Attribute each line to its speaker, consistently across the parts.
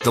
Speaker 1: The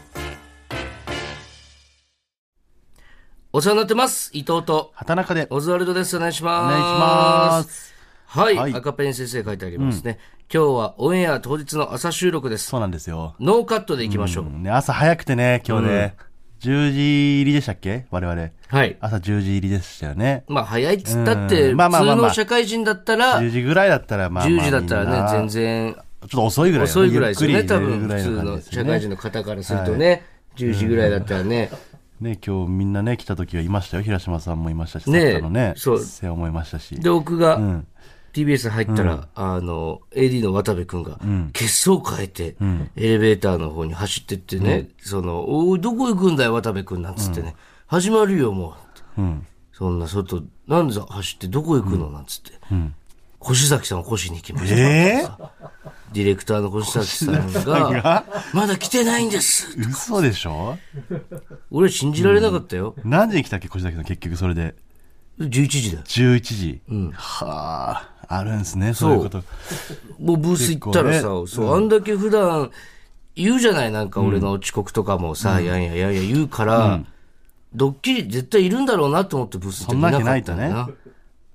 Speaker 2: お世話になってます。伊藤と、
Speaker 3: 畑中でお
Speaker 2: オズワルドです。お願いします。
Speaker 3: 願いします。
Speaker 2: はい、
Speaker 3: はい
Speaker 2: 赤ペン先生書いてありますね。今日はオンエア当日の朝収録です
Speaker 3: そ。うなんですよ。
Speaker 2: ノーカットでいきましょう。
Speaker 3: ね、朝早くてね、今日ね、10時入りでしたっけ我々。
Speaker 2: はい。
Speaker 3: 朝10時入りでしたよね。
Speaker 2: まあ、早いっつったって、
Speaker 3: うんまあまあまあ
Speaker 2: 普
Speaker 3: まあ
Speaker 2: 通の社会人だったら、
Speaker 3: 10時ぐらいだったら、まあまあ
Speaker 2: 10時だった
Speaker 3: みん
Speaker 2: らね、
Speaker 3: な
Speaker 2: 全然
Speaker 3: ちょっと遅いぐらい、
Speaker 2: 遅いぐらいですよ
Speaker 3: ゆ
Speaker 2: ね、
Speaker 3: っく
Speaker 2: 多
Speaker 3: り寝れ
Speaker 2: 分、
Speaker 3: るぐら
Speaker 2: 普
Speaker 3: い
Speaker 2: 通
Speaker 3: の感
Speaker 2: の
Speaker 3: じですよ
Speaker 2: 社
Speaker 3: ね
Speaker 2: 会人の方からするとね、10時ぐらいだったらね、
Speaker 3: ね、今日みんなね、来た時はいましたよ。平島さんもいましたし、
Speaker 2: ねえ
Speaker 3: 作家のね、
Speaker 2: そう
Speaker 3: 瀬尾もいましたし。
Speaker 2: で、僕が
Speaker 3: ん
Speaker 2: TBS 入ったら、あの、AD の渡部君が、血相を変えて、エレベーターの方に走ってってね、その、おい、どこ行くんだよ、渡部君なんつってね、始まるよ、もう。そんな外、なんで走ってどこ行くのなんつって。越崎さんを越しに行きました。
Speaker 3: えー、
Speaker 2: ディレクターの越崎さんが
Speaker 3: が、
Speaker 2: まだ来てないんです。
Speaker 3: 嘘でしょ
Speaker 2: 俺信じられなかったよ。
Speaker 3: 何時に来たっけ、越崎さん、結局それで。
Speaker 2: 11時だよ。
Speaker 3: 11時。はあ、あるんですね、そういうこと。
Speaker 2: もうブース行ったらさ、
Speaker 3: 結構ね
Speaker 2: そう、あんだけ普段言うじゃない、なんか俺の遅刻とかもさ、やんややんや言うから、ドッキリ絶対いるんだろうなと思ってブース行って
Speaker 3: そん
Speaker 2: 見
Speaker 3: な
Speaker 2: な
Speaker 3: わ
Speaker 2: か
Speaker 3: けな
Speaker 2: っ
Speaker 3: い
Speaker 2: た
Speaker 3: と
Speaker 2: ん
Speaker 3: ね
Speaker 2: だな。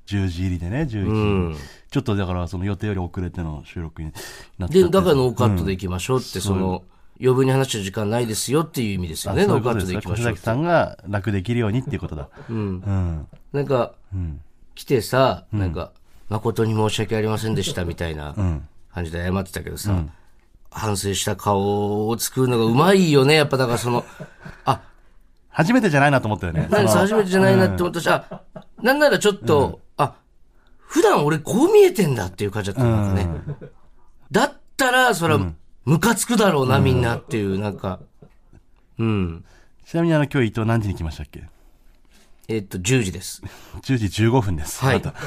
Speaker 3: 10時入りでね、11時。ちょっとだから、その予定より遅れての収録になっち
Speaker 2: で、
Speaker 3: ゃって。
Speaker 2: だからノーカットで行きましょうって、その、余分に話した時間ないですよっていう意味ですよね、
Speaker 3: そうい
Speaker 2: ノ
Speaker 3: う
Speaker 2: ーカ
Speaker 3: こと
Speaker 2: ッ
Speaker 3: で
Speaker 2: トで
Speaker 3: すよ
Speaker 2: 行きましょう
Speaker 3: 越崎さんが楽できるようにっていうことだ。うん。
Speaker 2: なんか、来てさ、なんか、誠に申し訳ありませんでしたみたいな感じで謝ってたけどさ、反省した顔を作るのがうまいよね、やっぱだからその、あ、
Speaker 3: 初めてじゃないなと思ったよ ね。
Speaker 2: 何さ初めてじゃないなって思ったし、あ、なんならちょっと、あ、普段俺こう見えてんだっていう感じだったなんかね。だったら、そら、ムカつくだろうな、みんなっていう、なんか、うん。
Speaker 3: ちなみにあの、今日伊藤何時に来ましたっけ
Speaker 2: えっと、10時です。
Speaker 3: ?10 時15分です。
Speaker 2: はい
Speaker 3: また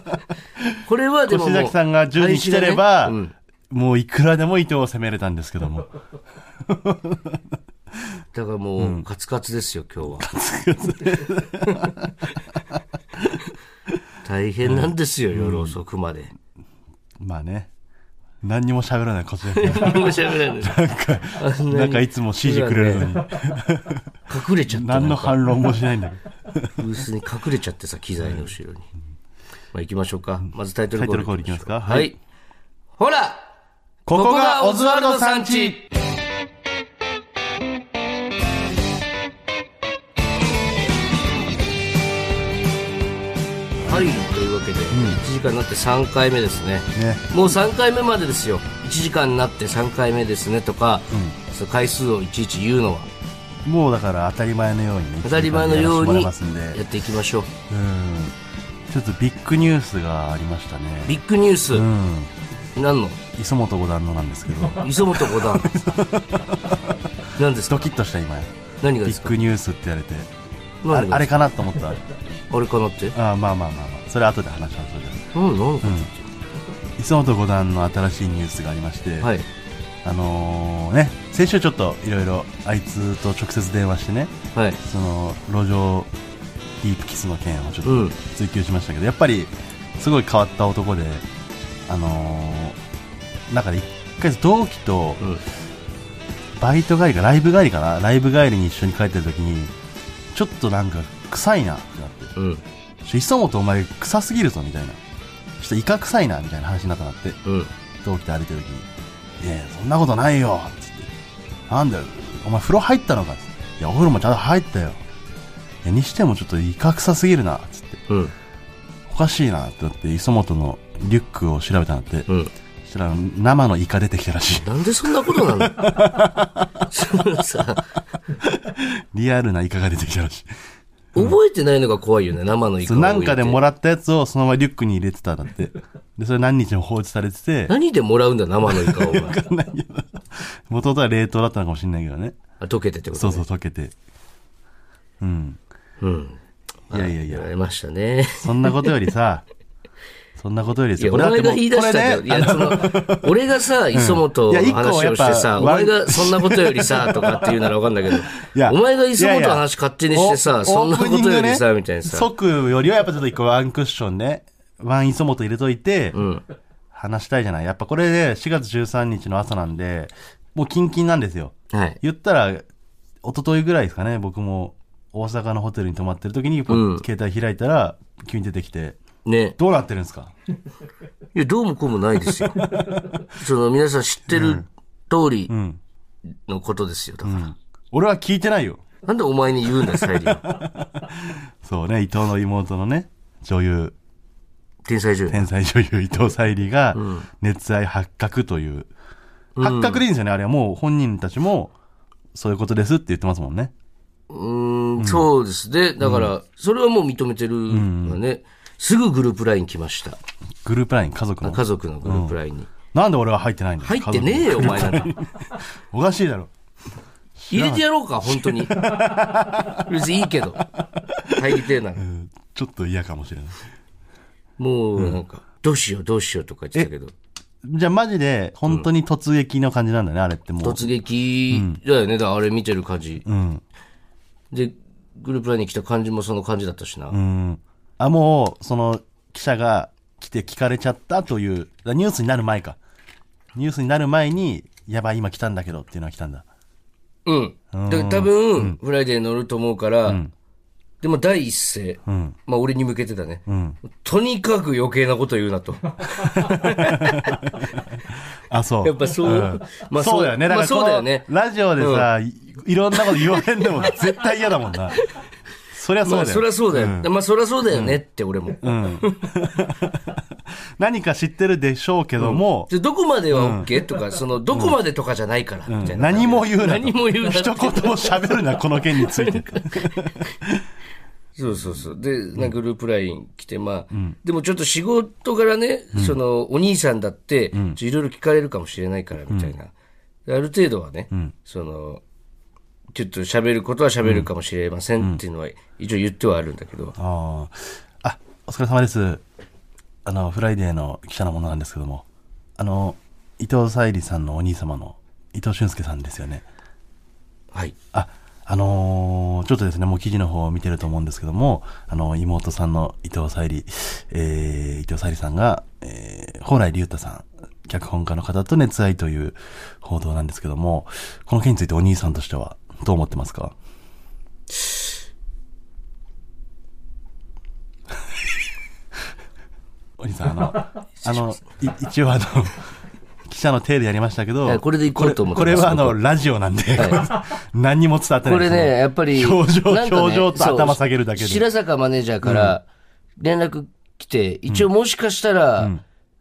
Speaker 2: これはでももう
Speaker 3: 越崎さんが10時に来てれば、
Speaker 2: 配信がねうん
Speaker 3: もういくらでも伊藤を責めれたんですけども。
Speaker 2: だからもう、カツカツですよ、今日は。 大変なんですよ、夜遅くまで。
Speaker 3: まあね。何にも喋らない越 崎さ
Speaker 2: 何も喋らないあん
Speaker 3: ん。
Speaker 2: な
Speaker 3: なんかいつも指示くれるのに、
Speaker 2: 隠れちゃった。
Speaker 3: 何の反論もしないんだけど。
Speaker 2: ブースに隠れちゃってさ、機材の後ろに。まあ行きましょうか。まずタイトルコール。
Speaker 3: タイトルコールいきますか
Speaker 2: は
Speaker 3: はい
Speaker 2: い。ほら
Speaker 3: こ
Speaker 2: ここがオズワルドさんち
Speaker 3: ち
Speaker 2: はい、というわけで、1時間になって3回目ですね。
Speaker 3: ね
Speaker 2: もう3回目までですよ。1時間になって3回目ですねとか、その回数をいちいち言うのは、
Speaker 3: もうだから当たり前のようにね
Speaker 2: 当たり前のよう
Speaker 3: や
Speaker 2: に
Speaker 3: ら
Speaker 2: や
Speaker 3: せてもらいますんで
Speaker 2: っていきましょう。
Speaker 3: うんちょっとビッグニュースがありましたね
Speaker 2: ビッグニュース、
Speaker 3: うん
Speaker 2: 何の
Speaker 3: 磯本五段のなんですけ ど
Speaker 2: 磯本五 段何ですか
Speaker 3: ドキッとした今
Speaker 2: 何が
Speaker 3: ビ
Speaker 2: です
Speaker 3: ッ
Speaker 2: か
Speaker 3: グニュースって言われてあ
Speaker 2: 何
Speaker 3: れ
Speaker 2: が
Speaker 3: あ
Speaker 2: で
Speaker 3: れ
Speaker 2: す
Speaker 3: かなと思ったあ
Speaker 2: かあれかなって
Speaker 3: ーまあまあまあまあそれ後で話しましょうじゃ
Speaker 2: 何何かなっ
Speaker 3: あ磯本五段の新しいニュースがありまして、
Speaker 2: てはい
Speaker 3: あのーね先週ちょっといろいろあいつと直接電話してね
Speaker 2: はい
Speaker 3: その路上ディープキスの件をちょっ
Speaker 2: うん
Speaker 3: と追求しましたけど、やっぱりすごい変わった男で、あのー、なんかね一回同期と
Speaker 2: うん
Speaker 3: バイト帰りかライブ帰りかなライブ帰りに一緒に帰ってる時にちょっとなんか臭いなってなって
Speaker 2: うん
Speaker 3: ちょ磯本お前臭すぎるぞみたいなちょっとイカ臭いなみたいな話になったなって
Speaker 2: うん
Speaker 3: 同期と歩いてる時に「いやいやそんなことないよ」つって「なんだよお前風呂入ったのか」つって「いやお風呂もちゃんと入ったよ」いやにしてもちょっといかくさすぎるな」つって
Speaker 2: うん
Speaker 3: 「おかしいな」ってなって磯本のリュックを調べたんだって、
Speaker 2: うん
Speaker 3: そしたら生のイカ出てきたら しい
Speaker 2: なんでそんなことなのその さ
Speaker 3: リアルなイカが出てきたらしい
Speaker 2: 覚えてないのが怖いよね生のイカ
Speaker 3: そう
Speaker 2: を
Speaker 3: なんかでも
Speaker 2: ら
Speaker 3: らったやつをそのままリュックに入れてたんだ ってでそれ何日も放置されてて
Speaker 2: 何でもらうんだ生のイカをお前
Speaker 3: 元々は冷凍だったのかもしれないけどね
Speaker 2: あ溶けてってこと
Speaker 3: そう
Speaker 2: ね。
Speaker 3: そう、溶けて。うん。うん。いやいやいや
Speaker 2: や、りましたね。
Speaker 3: そんなことよりさ、そんなことより
Speaker 2: い
Speaker 3: さ、
Speaker 2: や、お前が
Speaker 3: だってもう
Speaker 2: 言い出したんだよ。いや、その、俺がさ、磯本の話をしてさ、お
Speaker 3: うんいや
Speaker 2: 前
Speaker 3: 一個はやっぱ
Speaker 2: がそんなことよりさ、とかって言うならわかんだけど
Speaker 3: や、
Speaker 2: お前が磯本の話勝手にして
Speaker 3: いやい
Speaker 2: さ、
Speaker 3: や
Speaker 2: そんなこ
Speaker 3: オープニン
Speaker 2: と
Speaker 3: グ
Speaker 2: よ
Speaker 3: ね
Speaker 2: りさ、みたいなさ。
Speaker 3: 即よりはやっぱちょっと一個ワンクッションね、ワン磯本入れといて、話したいじゃない。やっぱこれで、4月13日の朝なんで、もうキンキンなんですよ。
Speaker 2: はい。
Speaker 3: 言ったら、一昨日ぐらいですかね、僕も大阪のホテルに泊まってる時に、ポッ携帯開いたら、急に出てきて、
Speaker 2: ね。
Speaker 3: どうなってるんですか
Speaker 2: いや、どうもこうもないです よ。その、皆さん知ってる通り
Speaker 3: ん
Speaker 2: のことですよ、だから。
Speaker 3: 俺は聞いてないよ。
Speaker 2: なんでお前に言うんだよ、サイリン。
Speaker 3: そうね、伊藤の妹のね、女優、
Speaker 2: 天才女優。
Speaker 3: 天才女優伊藤沙莉が熱愛発覚という、発覚でいいんですよねあれはもう本人たちもそういうことですって言ってますもんね
Speaker 2: うーん、そうですね。だから、それはもう認めてるわね。すぐグループライン来ました。
Speaker 3: グループライン家族の
Speaker 2: 家族のグループラインに。
Speaker 3: なんで俺は入ってないんだ
Speaker 2: 入ってねえよ、お前なんか。
Speaker 3: 家族おかしいだろ
Speaker 2: 入れてやろうか、本 当に。別にいいけど。入りてえなら。
Speaker 3: うんちょっと嫌かもしれない
Speaker 2: もう、なんか、どうしよう、どうしようとか言ってたけど。
Speaker 3: じゃあマジで本当に突撃の感じなんだね、あれってもう
Speaker 2: 突撃だよね、だからあれ見てる感じ。
Speaker 3: ん
Speaker 2: で、グループラインに来た感じもその感じだったしな。
Speaker 3: うんあもうその記者が来て聞かれちゃったというだからニュースになる前かニュースになる前にやばい今来たんだけどっていうのは来たんだ
Speaker 2: うん。だから多分、フライデー乗ると思うから、でも第一声、まあ俺に向けてだね、とにかく余計なこと言うなと。
Speaker 3: あそう
Speaker 2: やっぱそう、まあ
Speaker 3: そうだよね。
Speaker 2: ま
Speaker 3: だか
Speaker 2: あ
Speaker 3: ら
Speaker 2: そうだよね
Speaker 3: こ。のラジオでさ、いいろんなこと言われんでも絶対嫌だもんな。そりゃそう
Speaker 2: ま
Speaker 3: だ
Speaker 2: あ
Speaker 3: よ。
Speaker 2: そりゃそうだよ。まあそりゃそうだよねって俺も。
Speaker 3: 何か知ってるでしょうけども、
Speaker 2: でどこまでは OK、とか、その、どこまでとかじゃないから、みたいな。
Speaker 3: 何も言うなと。
Speaker 2: 何も言うなって
Speaker 3: 一言も喋るな、この件につ いて。
Speaker 2: そうそうそう。で、なんかグループライン来て、まあ、でもちょっと仕事からね、その、お兄さんだって、いろいろ聞かれるかもしれないから、みたいな。である程度はね、その、ちょっと喋ることは喋るかもしれませんっていうのは、一応言ってはあるんだけど、
Speaker 3: あーあ、お疲れ様です。あの、フライデーの記者のものなんですけども、あの、伊藤沙莉さんのお兄様の伊藤俊介さんですよね。
Speaker 2: はい。
Speaker 3: あ、あのーちょっとですね、もう記事の方を見てると思うんですけども、あの、妹さんの伊藤沙莉、えー、伊藤沙莉さんが、えー、蓬莱竜太さん、脚本家の方と熱愛という報道なんですけども、この件についてお兄さんとしては、どう思ってま すかお兄さん、あの、あの、い一応あの、記者の手でやりましたけ
Speaker 2: いや
Speaker 3: ど、
Speaker 2: これで行こうと思って
Speaker 3: これ
Speaker 2: ます
Speaker 3: これはあの、ラジオなんで、何にも伝わってない
Speaker 2: これね、やっぱり。
Speaker 3: 表情、
Speaker 2: なんかね
Speaker 3: 表情と
Speaker 2: そう
Speaker 3: 頭下げるだけで。
Speaker 2: 白坂マネージャーから連絡来て、一応もしかしたら、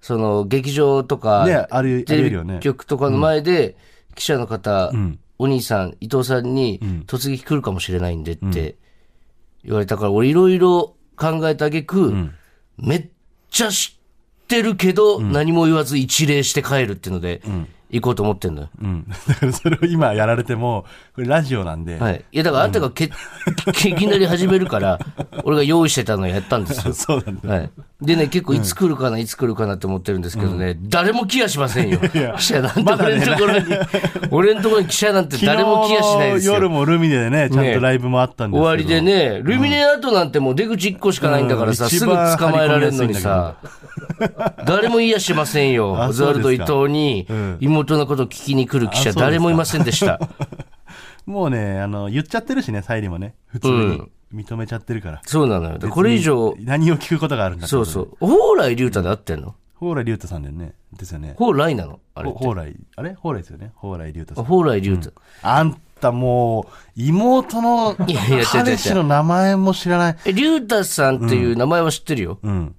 Speaker 2: その劇場とか、
Speaker 3: ねある
Speaker 2: テレ
Speaker 3: あるよね
Speaker 2: ビ局とかの前で、記者の方、お兄さん、伊藤さんに、突撃来るかもしれないんでって言われたから、俺いろいろ考えたあげく、めっちゃ知ってるけど、何も言わず一礼して帰るっていうので、行こうと思ってんのよ。
Speaker 3: うん。だからそれを今やられても、これラジオなんで、
Speaker 2: はい。いや、だからあんたが け、けいきなり始めるから、俺が用意してたのやったんですよ。
Speaker 3: そうなんだ。
Speaker 2: はい。でね、結構いつ来るかな、いつ来るかなって思ってるんですけどね、誰も来やしませんよ。記者なんて
Speaker 3: まだ
Speaker 2: 俺
Speaker 3: ね
Speaker 2: のところに、 俺のところに記者なんて
Speaker 3: 昨日
Speaker 2: 誰も来やしないです
Speaker 3: の夜
Speaker 2: よ。
Speaker 3: もルミネでね、ちゃん
Speaker 2: ね
Speaker 3: とライブもあったんですけど
Speaker 2: 終わりでね、ルミネアートなんてもう出口1個しかないんだからさ、
Speaker 3: うん
Speaker 2: すぐ捕まえられるのにさ、誰も言いやしませんよ。
Speaker 3: あ
Speaker 2: オズワルド
Speaker 3: そう
Speaker 2: 伊
Speaker 3: ですか
Speaker 2: 藤に
Speaker 3: うん、
Speaker 2: 妹のことを聞きに来る記
Speaker 3: あそ
Speaker 2: 者、
Speaker 3: うですか
Speaker 2: 誰もいませんで した。
Speaker 3: もうね、あの、言っちゃってるしね、サイリもね、普通に認めちゃってるから。
Speaker 2: そうなのよ。でこれ以上、
Speaker 3: 何を聞くことがあるんだ
Speaker 2: そう
Speaker 3: う。
Speaker 2: そう。蓬莱竜太で合ってんの
Speaker 3: 蓬莱竜太さんだよね。ですよね。
Speaker 2: 蓬莱なのあれって。
Speaker 3: 蓬莱、あれ蓬莱ですよね。蓬莱竜太さん。
Speaker 2: 蓬莱竜太。
Speaker 3: あんたもう、妹の
Speaker 2: いやいや違う違う違う
Speaker 3: 彼氏の名前も知らない。
Speaker 2: え、竜太さんっていう名前は知ってるよ。
Speaker 3: うん。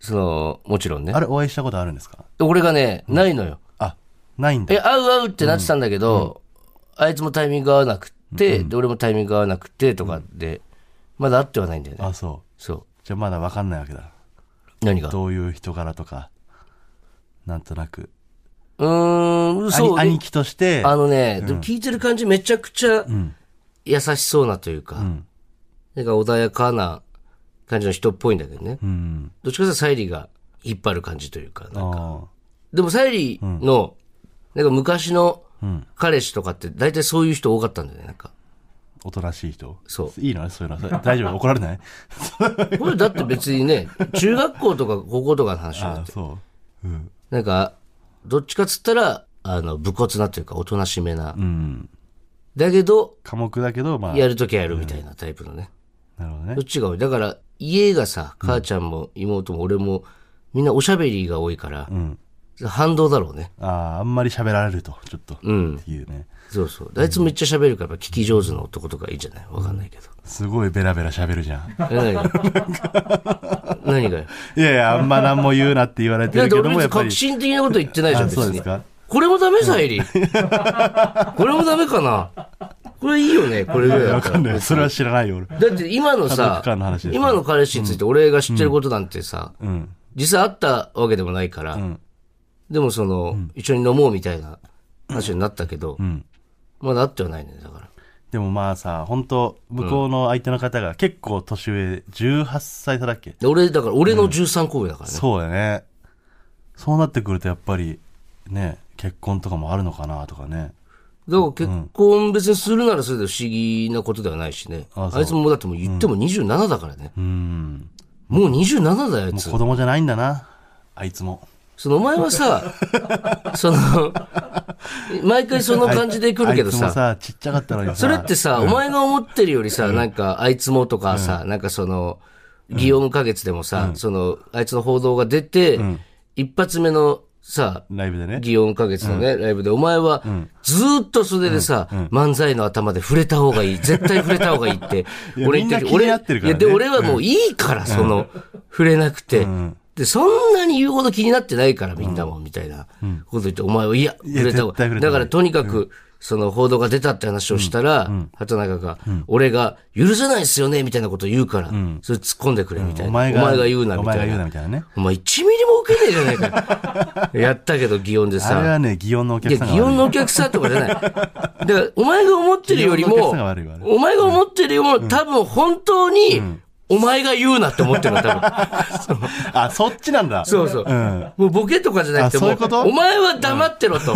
Speaker 2: その、もちろんね
Speaker 3: あ。れ、お会いしたことあるんですか
Speaker 2: 俺がね、ないのよ。
Speaker 3: あ、ないんだ
Speaker 2: え、。会う会うってなってたんだけど、あいつもタイミング合わなくて、で、俺もタイミング合わなくてとかで、まだ会ってはないんだよね。
Speaker 3: あ、そう。
Speaker 2: そ
Speaker 3: じゃあまだわかんないわけだ。
Speaker 2: う。何が
Speaker 3: どういう人柄とか、なんとなく。
Speaker 2: ううーん、そう。
Speaker 3: 兄兄貴として、
Speaker 2: あのね、でも聞いてる感じめちゃくちゃ優しそうなというか、なんか穏やかな感じの人っぽいんだけどね。
Speaker 3: うん。
Speaker 2: どっちかというとサイリーが引っ張る感じというか、なんか。
Speaker 3: あ
Speaker 2: でもサイリーの、なんか昔の彼氏とかって大体そういう人多かったんだよね、なんか。
Speaker 3: ーおとなしい人。
Speaker 2: そう
Speaker 3: いいのそういうの。それ大丈夫怒られない
Speaker 2: これだって別にね、中学校とか高校とかの話だ
Speaker 3: あ
Speaker 2: って。
Speaker 3: そ
Speaker 2: なんか、どっちかっつったら、あの、武骨なというか、おとなしめな。
Speaker 3: う。うん。
Speaker 2: だけど、
Speaker 3: 寡黙だけど、まあ。
Speaker 2: やるときはやるみたいなタイプのね。
Speaker 3: なるほどね
Speaker 2: どっ。ちが多いだから、家がさ、母ちゃんも妹も俺も、みんなおしゃべりが多いから、反動だろうね。
Speaker 3: ああ、あんまり喋られると、ちょっと。
Speaker 2: うん。
Speaker 3: っていうね。
Speaker 2: そうそう。あいつめっちゃ喋るから、やっぱ聞き上手の男とかいいんじゃないわかんないけど。
Speaker 3: すごいベラベラ喋るじゃん。
Speaker 2: え何が何がよ。
Speaker 3: いやいや、あんま何も言うなって言われて
Speaker 2: だっ
Speaker 3: る
Speaker 2: て
Speaker 3: け
Speaker 2: 俺
Speaker 3: ども、
Speaker 2: 別
Speaker 3: や
Speaker 2: に
Speaker 3: っぱり
Speaker 2: 革。新的なこと言ってないじゃん、
Speaker 3: あ
Speaker 2: 別
Speaker 3: そうで
Speaker 2: に
Speaker 3: す。か。
Speaker 2: これもダメさ、エリー。 これもダメかなこれいいよね、これぐらいだ
Speaker 3: わ
Speaker 2: った
Speaker 3: からんない。それは知らないよ、俺。
Speaker 2: だって今の
Speaker 3: 家
Speaker 2: さ
Speaker 3: 族間の話ですね
Speaker 2: 今の彼氏について俺が知ってることなんてさ、
Speaker 3: うん。
Speaker 2: 実際あったわけでもないから、
Speaker 3: ん
Speaker 2: でもその、一緒に飲もうみたいな話になったけど、
Speaker 3: ん
Speaker 2: まだ会ってはないね、だから。
Speaker 3: でもまあさ、本当向こうの相手の方が結構年上、18歳差だっけ
Speaker 2: で俺、だから俺の13個上だからね。
Speaker 3: そうだね。そうなってくるとやっぱり、ね、結婚とかもあるのかなとかね。
Speaker 2: だから結婚別にするならそれで不思議なことではないしね。
Speaker 3: あ
Speaker 2: あ
Speaker 3: そう
Speaker 2: いつもだってもう言っても27だからね。
Speaker 3: うん。
Speaker 2: もう27だよ、あいつ
Speaker 3: 子。供じゃないんだな。あいつも。
Speaker 2: そのお前は さ、その、毎回その感じで来るけど
Speaker 3: あいつも
Speaker 2: さ、
Speaker 3: さ、ちっちゃかったのにさ。
Speaker 2: それってさ、お前が思ってるよりさ、なんか、あいつもとかさ、なんかその、祇園花月でもさ、その、あいつの報道が出て、一発目のさ、
Speaker 3: ライブでね。
Speaker 2: 祇園花月のね、ライブで、お前は、ずーっとそれでさ、漫才の頭で触れた方が いい、絶対触れた方がいいって、
Speaker 3: いやみんな気になってるからね
Speaker 2: いや、で、俺はもういいから、その、触れなくて。で、そんなに言うほど気になってないから、みんなも、みたいなこと言って、お前は、いや、
Speaker 3: いや
Speaker 2: 触れた方
Speaker 3: 絶対
Speaker 2: が
Speaker 3: 触れた
Speaker 2: だ
Speaker 3: 方
Speaker 2: か
Speaker 3: がいい
Speaker 2: ら、とにかく、その報道が出たって話をしたら、畑中が、俺が、許せないですよね、みたいなことを言うから、それ突っ込んでくれ、みたいな。
Speaker 3: お前が、
Speaker 2: お前が言うな、
Speaker 3: お
Speaker 2: み
Speaker 3: 前
Speaker 2: た
Speaker 3: が
Speaker 2: い
Speaker 3: 言う
Speaker 2: な
Speaker 3: な、。みたいなね。
Speaker 2: お前1ミリも受けねえじゃない か。やったけど、祇園で
Speaker 3: あれ
Speaker 2: さ。
Speaker 3: はね、祇園のお
Speaker 2: い
Speaker 3: 客
Speaker 2: や、
Speaker 3: さんが悪い。
Speaker 2: 祇園のお客さんとかじゃない。だから、お前が思ってるより
Speaker 3: 祇園のお客
Speaker 2: も
Speaker 3: さんが悪いわあれ、
Speaker 2: お前が思ってるよりも、多分本当に、お前が言うなって思ってるの、多 分。
Speaker 3: あ、そっちなんだ。
Speaker 2: そうそう。
Speaker 3: ん
Speaker 2: もうボケとかじゃなくて、
Speaker 3: あそう
Speaker 2: も
Speaker 3: いうこと
Speaker 2: お前は黙ってろと。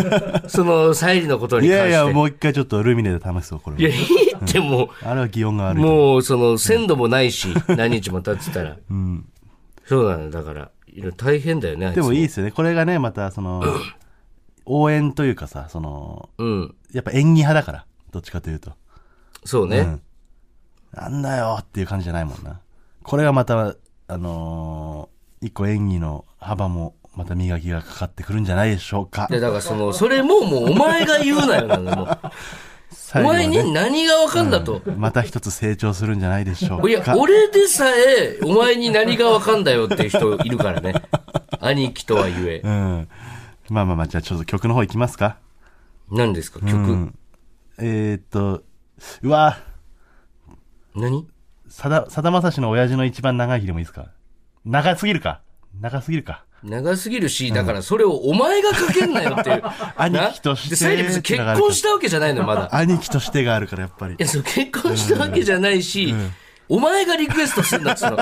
Speaker 2: その、サイリのこと
Speaker 3: い
Speaker 2: に関し
Speaker 3: や
Speaker 2: て。
Speaker 3: いや、もう一回ちょっとルミネで試すわ、これも
Speaker 2: いや、いいっても
Speaker 3: あれは擬音が
Speaker 2: う、
Speaker 3: 悪い。
Speaker 2: もう、その、鮮度もないし、何日も経ってたら。そうなんだ、だから、いろいろ大変だよね、あいつ
Speaker 3: でもいいですよね。これがね、また、その、応援というかさ、その、
Speaker 2: うん。
Speaker 3: やっぱ演技派だから、どっちかというと。
Speaker 2: そうね。
Speaker 3: んなんだよっていう感じじゃないもんな。これがまた、あのー一個演技の幅も、また磨きがかかってくるんじゃないでしょうか
Speaker 2: い。や、だからその、それももうお前が言うなよなんだよもう。お
Speaker 3: 最後は
Speaker 2: 前に
Speaker 3: ね、
Speaker 2: 何がわかんだと。
Speaker 3: また一つ成長するんじゃないでしょ
Speaker 2: いうや
Speaker 3: か、。
Speaker 2: 俺でさえ、お前に何がわかんだよっていう人いるからね。兄貴とは言え
Speaker 3: う。ん。まあまあまあ、じゃあちょっと曲の方行きますか。
Speaker 2: 何ですか、曲。
Speaker 3: えー、っと、うわ
Speaker 2: 何
Speaker 3: さだ、さだまさしの親父の一番長い日でもいいですか長すぎるか長すぎるか。
Speaker 2: 長すぎるし、だからそれをお前がかけんなよっていう
Speaker 3: 兄貴として
Speaker 2: なで、さえ別に結婚したわけじゃないのよ、まだ。
Speaker 3: 兄貴としてがあるからやっぱり
Speaker 2: い。や、そう、結婚したわけじゃないし、お前がリクエストすんだっつうの。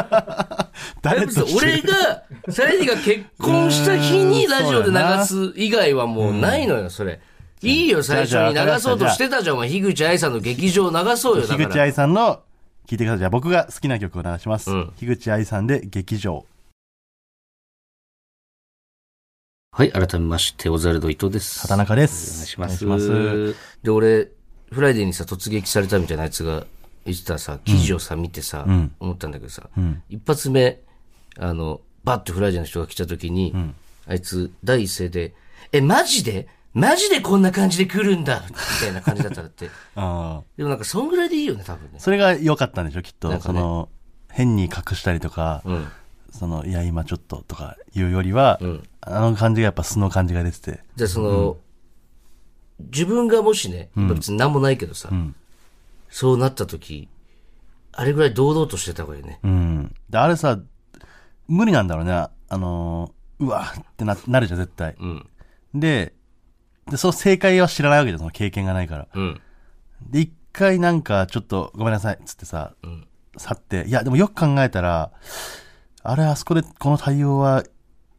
Speaker 3: 誰
Speaker 2: 別
Speaker 3: と
Speaker 2: に
Speaker 3: して
Speaker 2: 俺が、サイリが結婚した日にラジオで流す以外はもうないのよ、それ。いいよ、最初に流そうとしてたじゃん、お前。樋口愛さんの劇場流そうよ、だ
Speaker 3: 樋
Speaker 2: か
Speaker 3: 口
Speaker 2: ら。
Speaker 3: 愛さんの、聞いてください。じゃあ僕が好きな曲を流します。
Speaker 2: うん
Speaker 3: 樋口愛さんで劇場。
Speaker 2: はい、改めまして、オザルド伊藤です。
Speaker 3: 畑中です。
Speaker 2: お願いし
Speaker 3: お願
Speaker 2: ま。
Speaker 3: いします
Speaker 2: で、俺、フライデーにさ、突撃されたみたいなやつが言ってたさ、記事をさ、見てさ、
Speaker 3: ん
Speaker 2: 思ったんだけどさ、
Speaker 3: ん
Speaker 2: 一発目、あの、バッとフライデーの人が来た時に、あいつ、第一声で、え、マジでマジでこんな感じで来るんだみたいな感じだったらって。
Speaker 3: あー
Speaker 2: でもなんか、そんぐらいでいいよね、多分ね。
Speaker 3: それが良かったんでしょ、きっと。
Speaker 2: なんか
Speaker 3: そ
Speaker 2: ね
Speaker 3: の、変に隠したりとか、
Speaker 2: うん。
Speaker 3: その、いや、今ちょっととかいうよりは、
Speaker 2: ん
Speaker 3: あの感じがやっぱ素の感じが出てて。
Speaker 2: じゃあその、自分がもしね、別に何もないけどさ、そうなった時、あれぐらい堂々としてた方がいいね。
Speaker 3: うん。で、あれさ、無理なんだろうね。あのーうわってな、なるじゃん、絶対。で、で、その正解は知らないわけじゃん、その経験がないから。
Speaker 2: うん。
Speaker 3: で、一回なんか、ちょっと、ごめんなさい、つってさ、去って、いや、でもよく考えたら、あれ、あそこでこの対応は、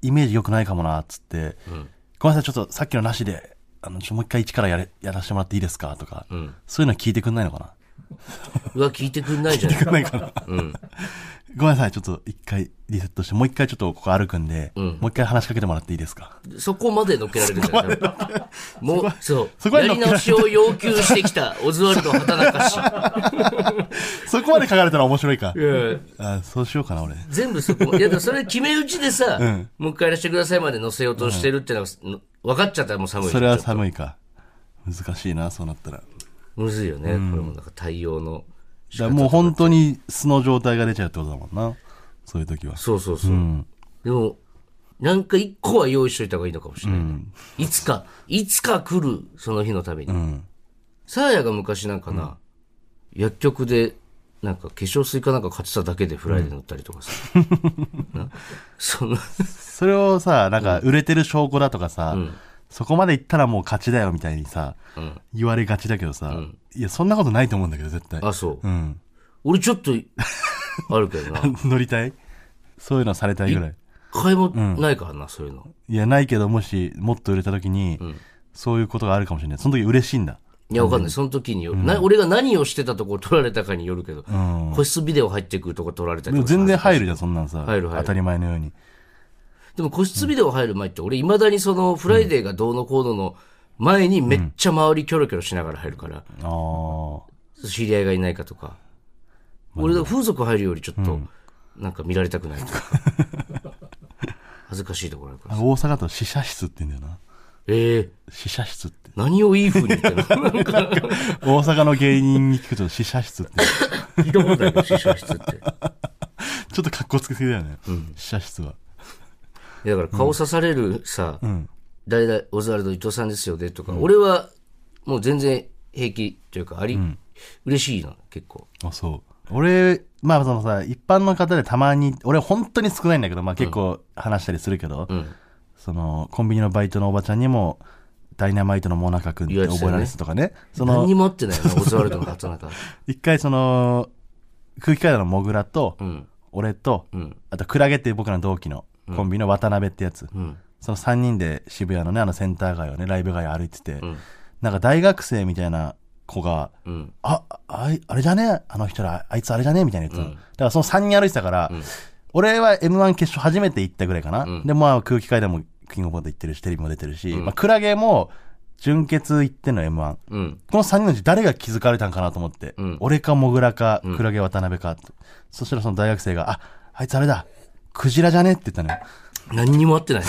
Speaker 3: イメージ良くないかもな、つって、ごめんなさい、ちょっとさっきのなしで、あの、ちょもう一回一からやれ、やらせてもらっていいですかとか、そういうの聞いてくんないのかな
Speaker 2: うわ、聞いてくんないじ ゃない。
Speaker 3: ないかな。ごめんなさい、ちょっと一回リセットして、もう一回ちょっとここ歩くんで、もう一回話しかけてもらっていいですか。
Speaker 2: そこまで乗っけられるんだよ。もう、そう。
Speaker 3: そこまで
Speaker 2: やり
Speaker 3: 乗っけられる
Speaker 2: 直しを要求してきた、オズワルド畑中氏。
Speaker 3: そこまで書かれたら面白い か。
Speaker 2: うん
Speaker 3: あそうしようかな、俺。
Speaker 2: 全部そこ、いや、でもそれ決め打ちでさ、もう一回いらしてくださいまで乗せようとしてるってのは、分かっちゃったらもう寒いじゃ
Speaker 3: そ
Speaker 2: ん
Speaker 3: れは
Speaker 2: ちょっ
Speaker 3: 寒いか。難しいな、そうなったら。だか
Speaker 2: とむずいよね、これもなんか対応の。
Speaker 3: らもう本当に素の状態が出ちゃうってことだもんな。そういう時は。
Speaker 2: そうそうそう。でも、なんか一個は用意しといた方がいいのかもしれない。いつか、いつか来る、その日のために。サーヤが昔なんかな、薬局で、なんか化粧水かなんか買ってただけでフライで塗ったりとかさ。なその、
Speaker 3: それをさ、なんか、売れてる証拠だとかさ、そこまで行ったらもう勝ちだよみたいにさ、言われがちだけどさ、いや、そんなことないと思うんだけど、絶対。
Speaker 2: あ、そう。
Speaker 3: うん。
Speaker 2: 俺ちょっと、あるけどな。
Speaker 3: 乗りたいそういうのされたいぐらい。
Speaker 2: 買いもないからな、そういうの。
Speaker 3: いや、ないけど、もし、もっと売れた時に、そういうことがあるかもしれない。その時嬉しいんだ。
Speaker 2: いや、わかんない。その時による、な俺が何をしてたとこ取られたかによるけど、個室ビデオ入ってくるとこ取られた
Speaker 3: で
Speaker 2: り
Speaker 3: も
Speaker 2: とかさ
Speaker 3: 全然入るじゃん、そんなんさ。
Speaker 2: 入る入る
Speaker 3: 当たり前のように。
Speaker 2: でも個室ビデオ入る前って、俺、未だにその、フライデーがどうのこうのの前にめっちゃ周りキョロキョロしながら入るから、
Speaker 3: ああ。
Speaker 2: 知り合いがいないかとか。俺、風俗入るよりちょっと、なんか見られたくないとか。恥ずかしいところあるから
Speaker 3: あ。大阪だと死者室って言うんだよな。
Speaker 2: ええ
Speaker 3: 死者室って。
Speaker 2: 何をいい風に言ってるの なんか、
Speaker 3: 大阪の芸人に聞くと死者 室って。
Speaker 2: 聞いたことないけど、試写室って。
Speaker 3: ちょっと格好つけすぎだよね。死者室は。
Speaker 2: いやだから顔刺されるさ、誰々、オズワルド伊藤さんですよねとか、俺はもう全然平気というか、あり、嬉しいな、結構。
Speaker 3: あ、そう。俺、まあそのさ、一般の方でたまに、俺本当に少ないんだけど、まあ結構話したりするけど、その、コンビニのバイトのおばちゃんにも、ダイナマイトのモナカ君って覚えられてたとかね。その
Speaker 2: 何にも合ってないよな、オズワルドの畑 中。
Speaker 3: 一回その空気階段のモグラと、俺と、あとクラゲっていう僕の同期のコンビの渡辺ってやつ、その3人で渋谷のねあのセンター街をねライブ街を歩いてて、なんか大学生みたいな子が「ああいあれじゃねあの人らあいつあれじゃね?」みたいなやつ、だからその3人歩いてたから、俺は m 1決勝初めて行ったぐらいかな、でまあ空気階段もキングオブコント行ってるしテレビも出てるし、まあ、クラゲも準決行ってんの m 1、
Speaker 2: うん。
Speaker 3: この3人のうち誰が気づかれたんかなと思って、俺かモグラかクラゲ渡辺か、とそしたらその大学生が、あ、あいつあれだ、クジラじゃねって言ったのよ。
Speaker 2: 何にも合って ない。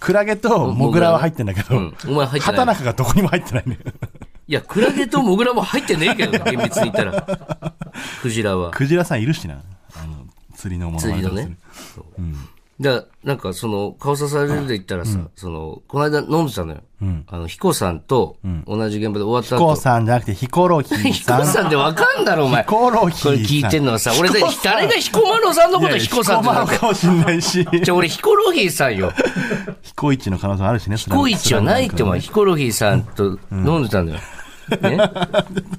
Speaker 3: クラゲとモグラは入ってんだけど、
Speaker 2: うんお前入ってない
Speaker 3: 畑中がどこにも入ってないのよ。
Speaker 2: いや、クラゲとモグラも入ってねえけどな、厳密に言ったら。 クジラは。
Speaker 3: クジラさんいるしな、あの、釣りのもの
Speaker 2: 釣りのね。そうだからなんかその、顔刺されるで言ったらさ、その、この間飲んでたのよ。あの、ヒコさんと同じ現場で終わった
Speaker 3: ヒコ
Speaker 2: 後。
Speaker 3: さんじゃなくてヒコロヒー
Speaker 2: ヒコ
Speaker 3: さん。
Speaker 2: さんでわかんだろ、お前。
Speaker 3: ヒコロヒーさん
Speaker 2: これ聞いてんのはさ、俺だ、誰がヒコマロさんのことヒコさんって
Speaker 3: も
Speaker 2: 言う
Speaker 3: あ
Speaker 2: の
Speaker 3: るかもしんない し。
Speaker 2: じゃあ俺ヒコロヒーさんよ。
Speaker 3: ヒコイチの可能性もあるしね、ヒ
Speaker 2: ヒコイチはないってお前、ヒコロヒーさんと飲んでたんだよ。ね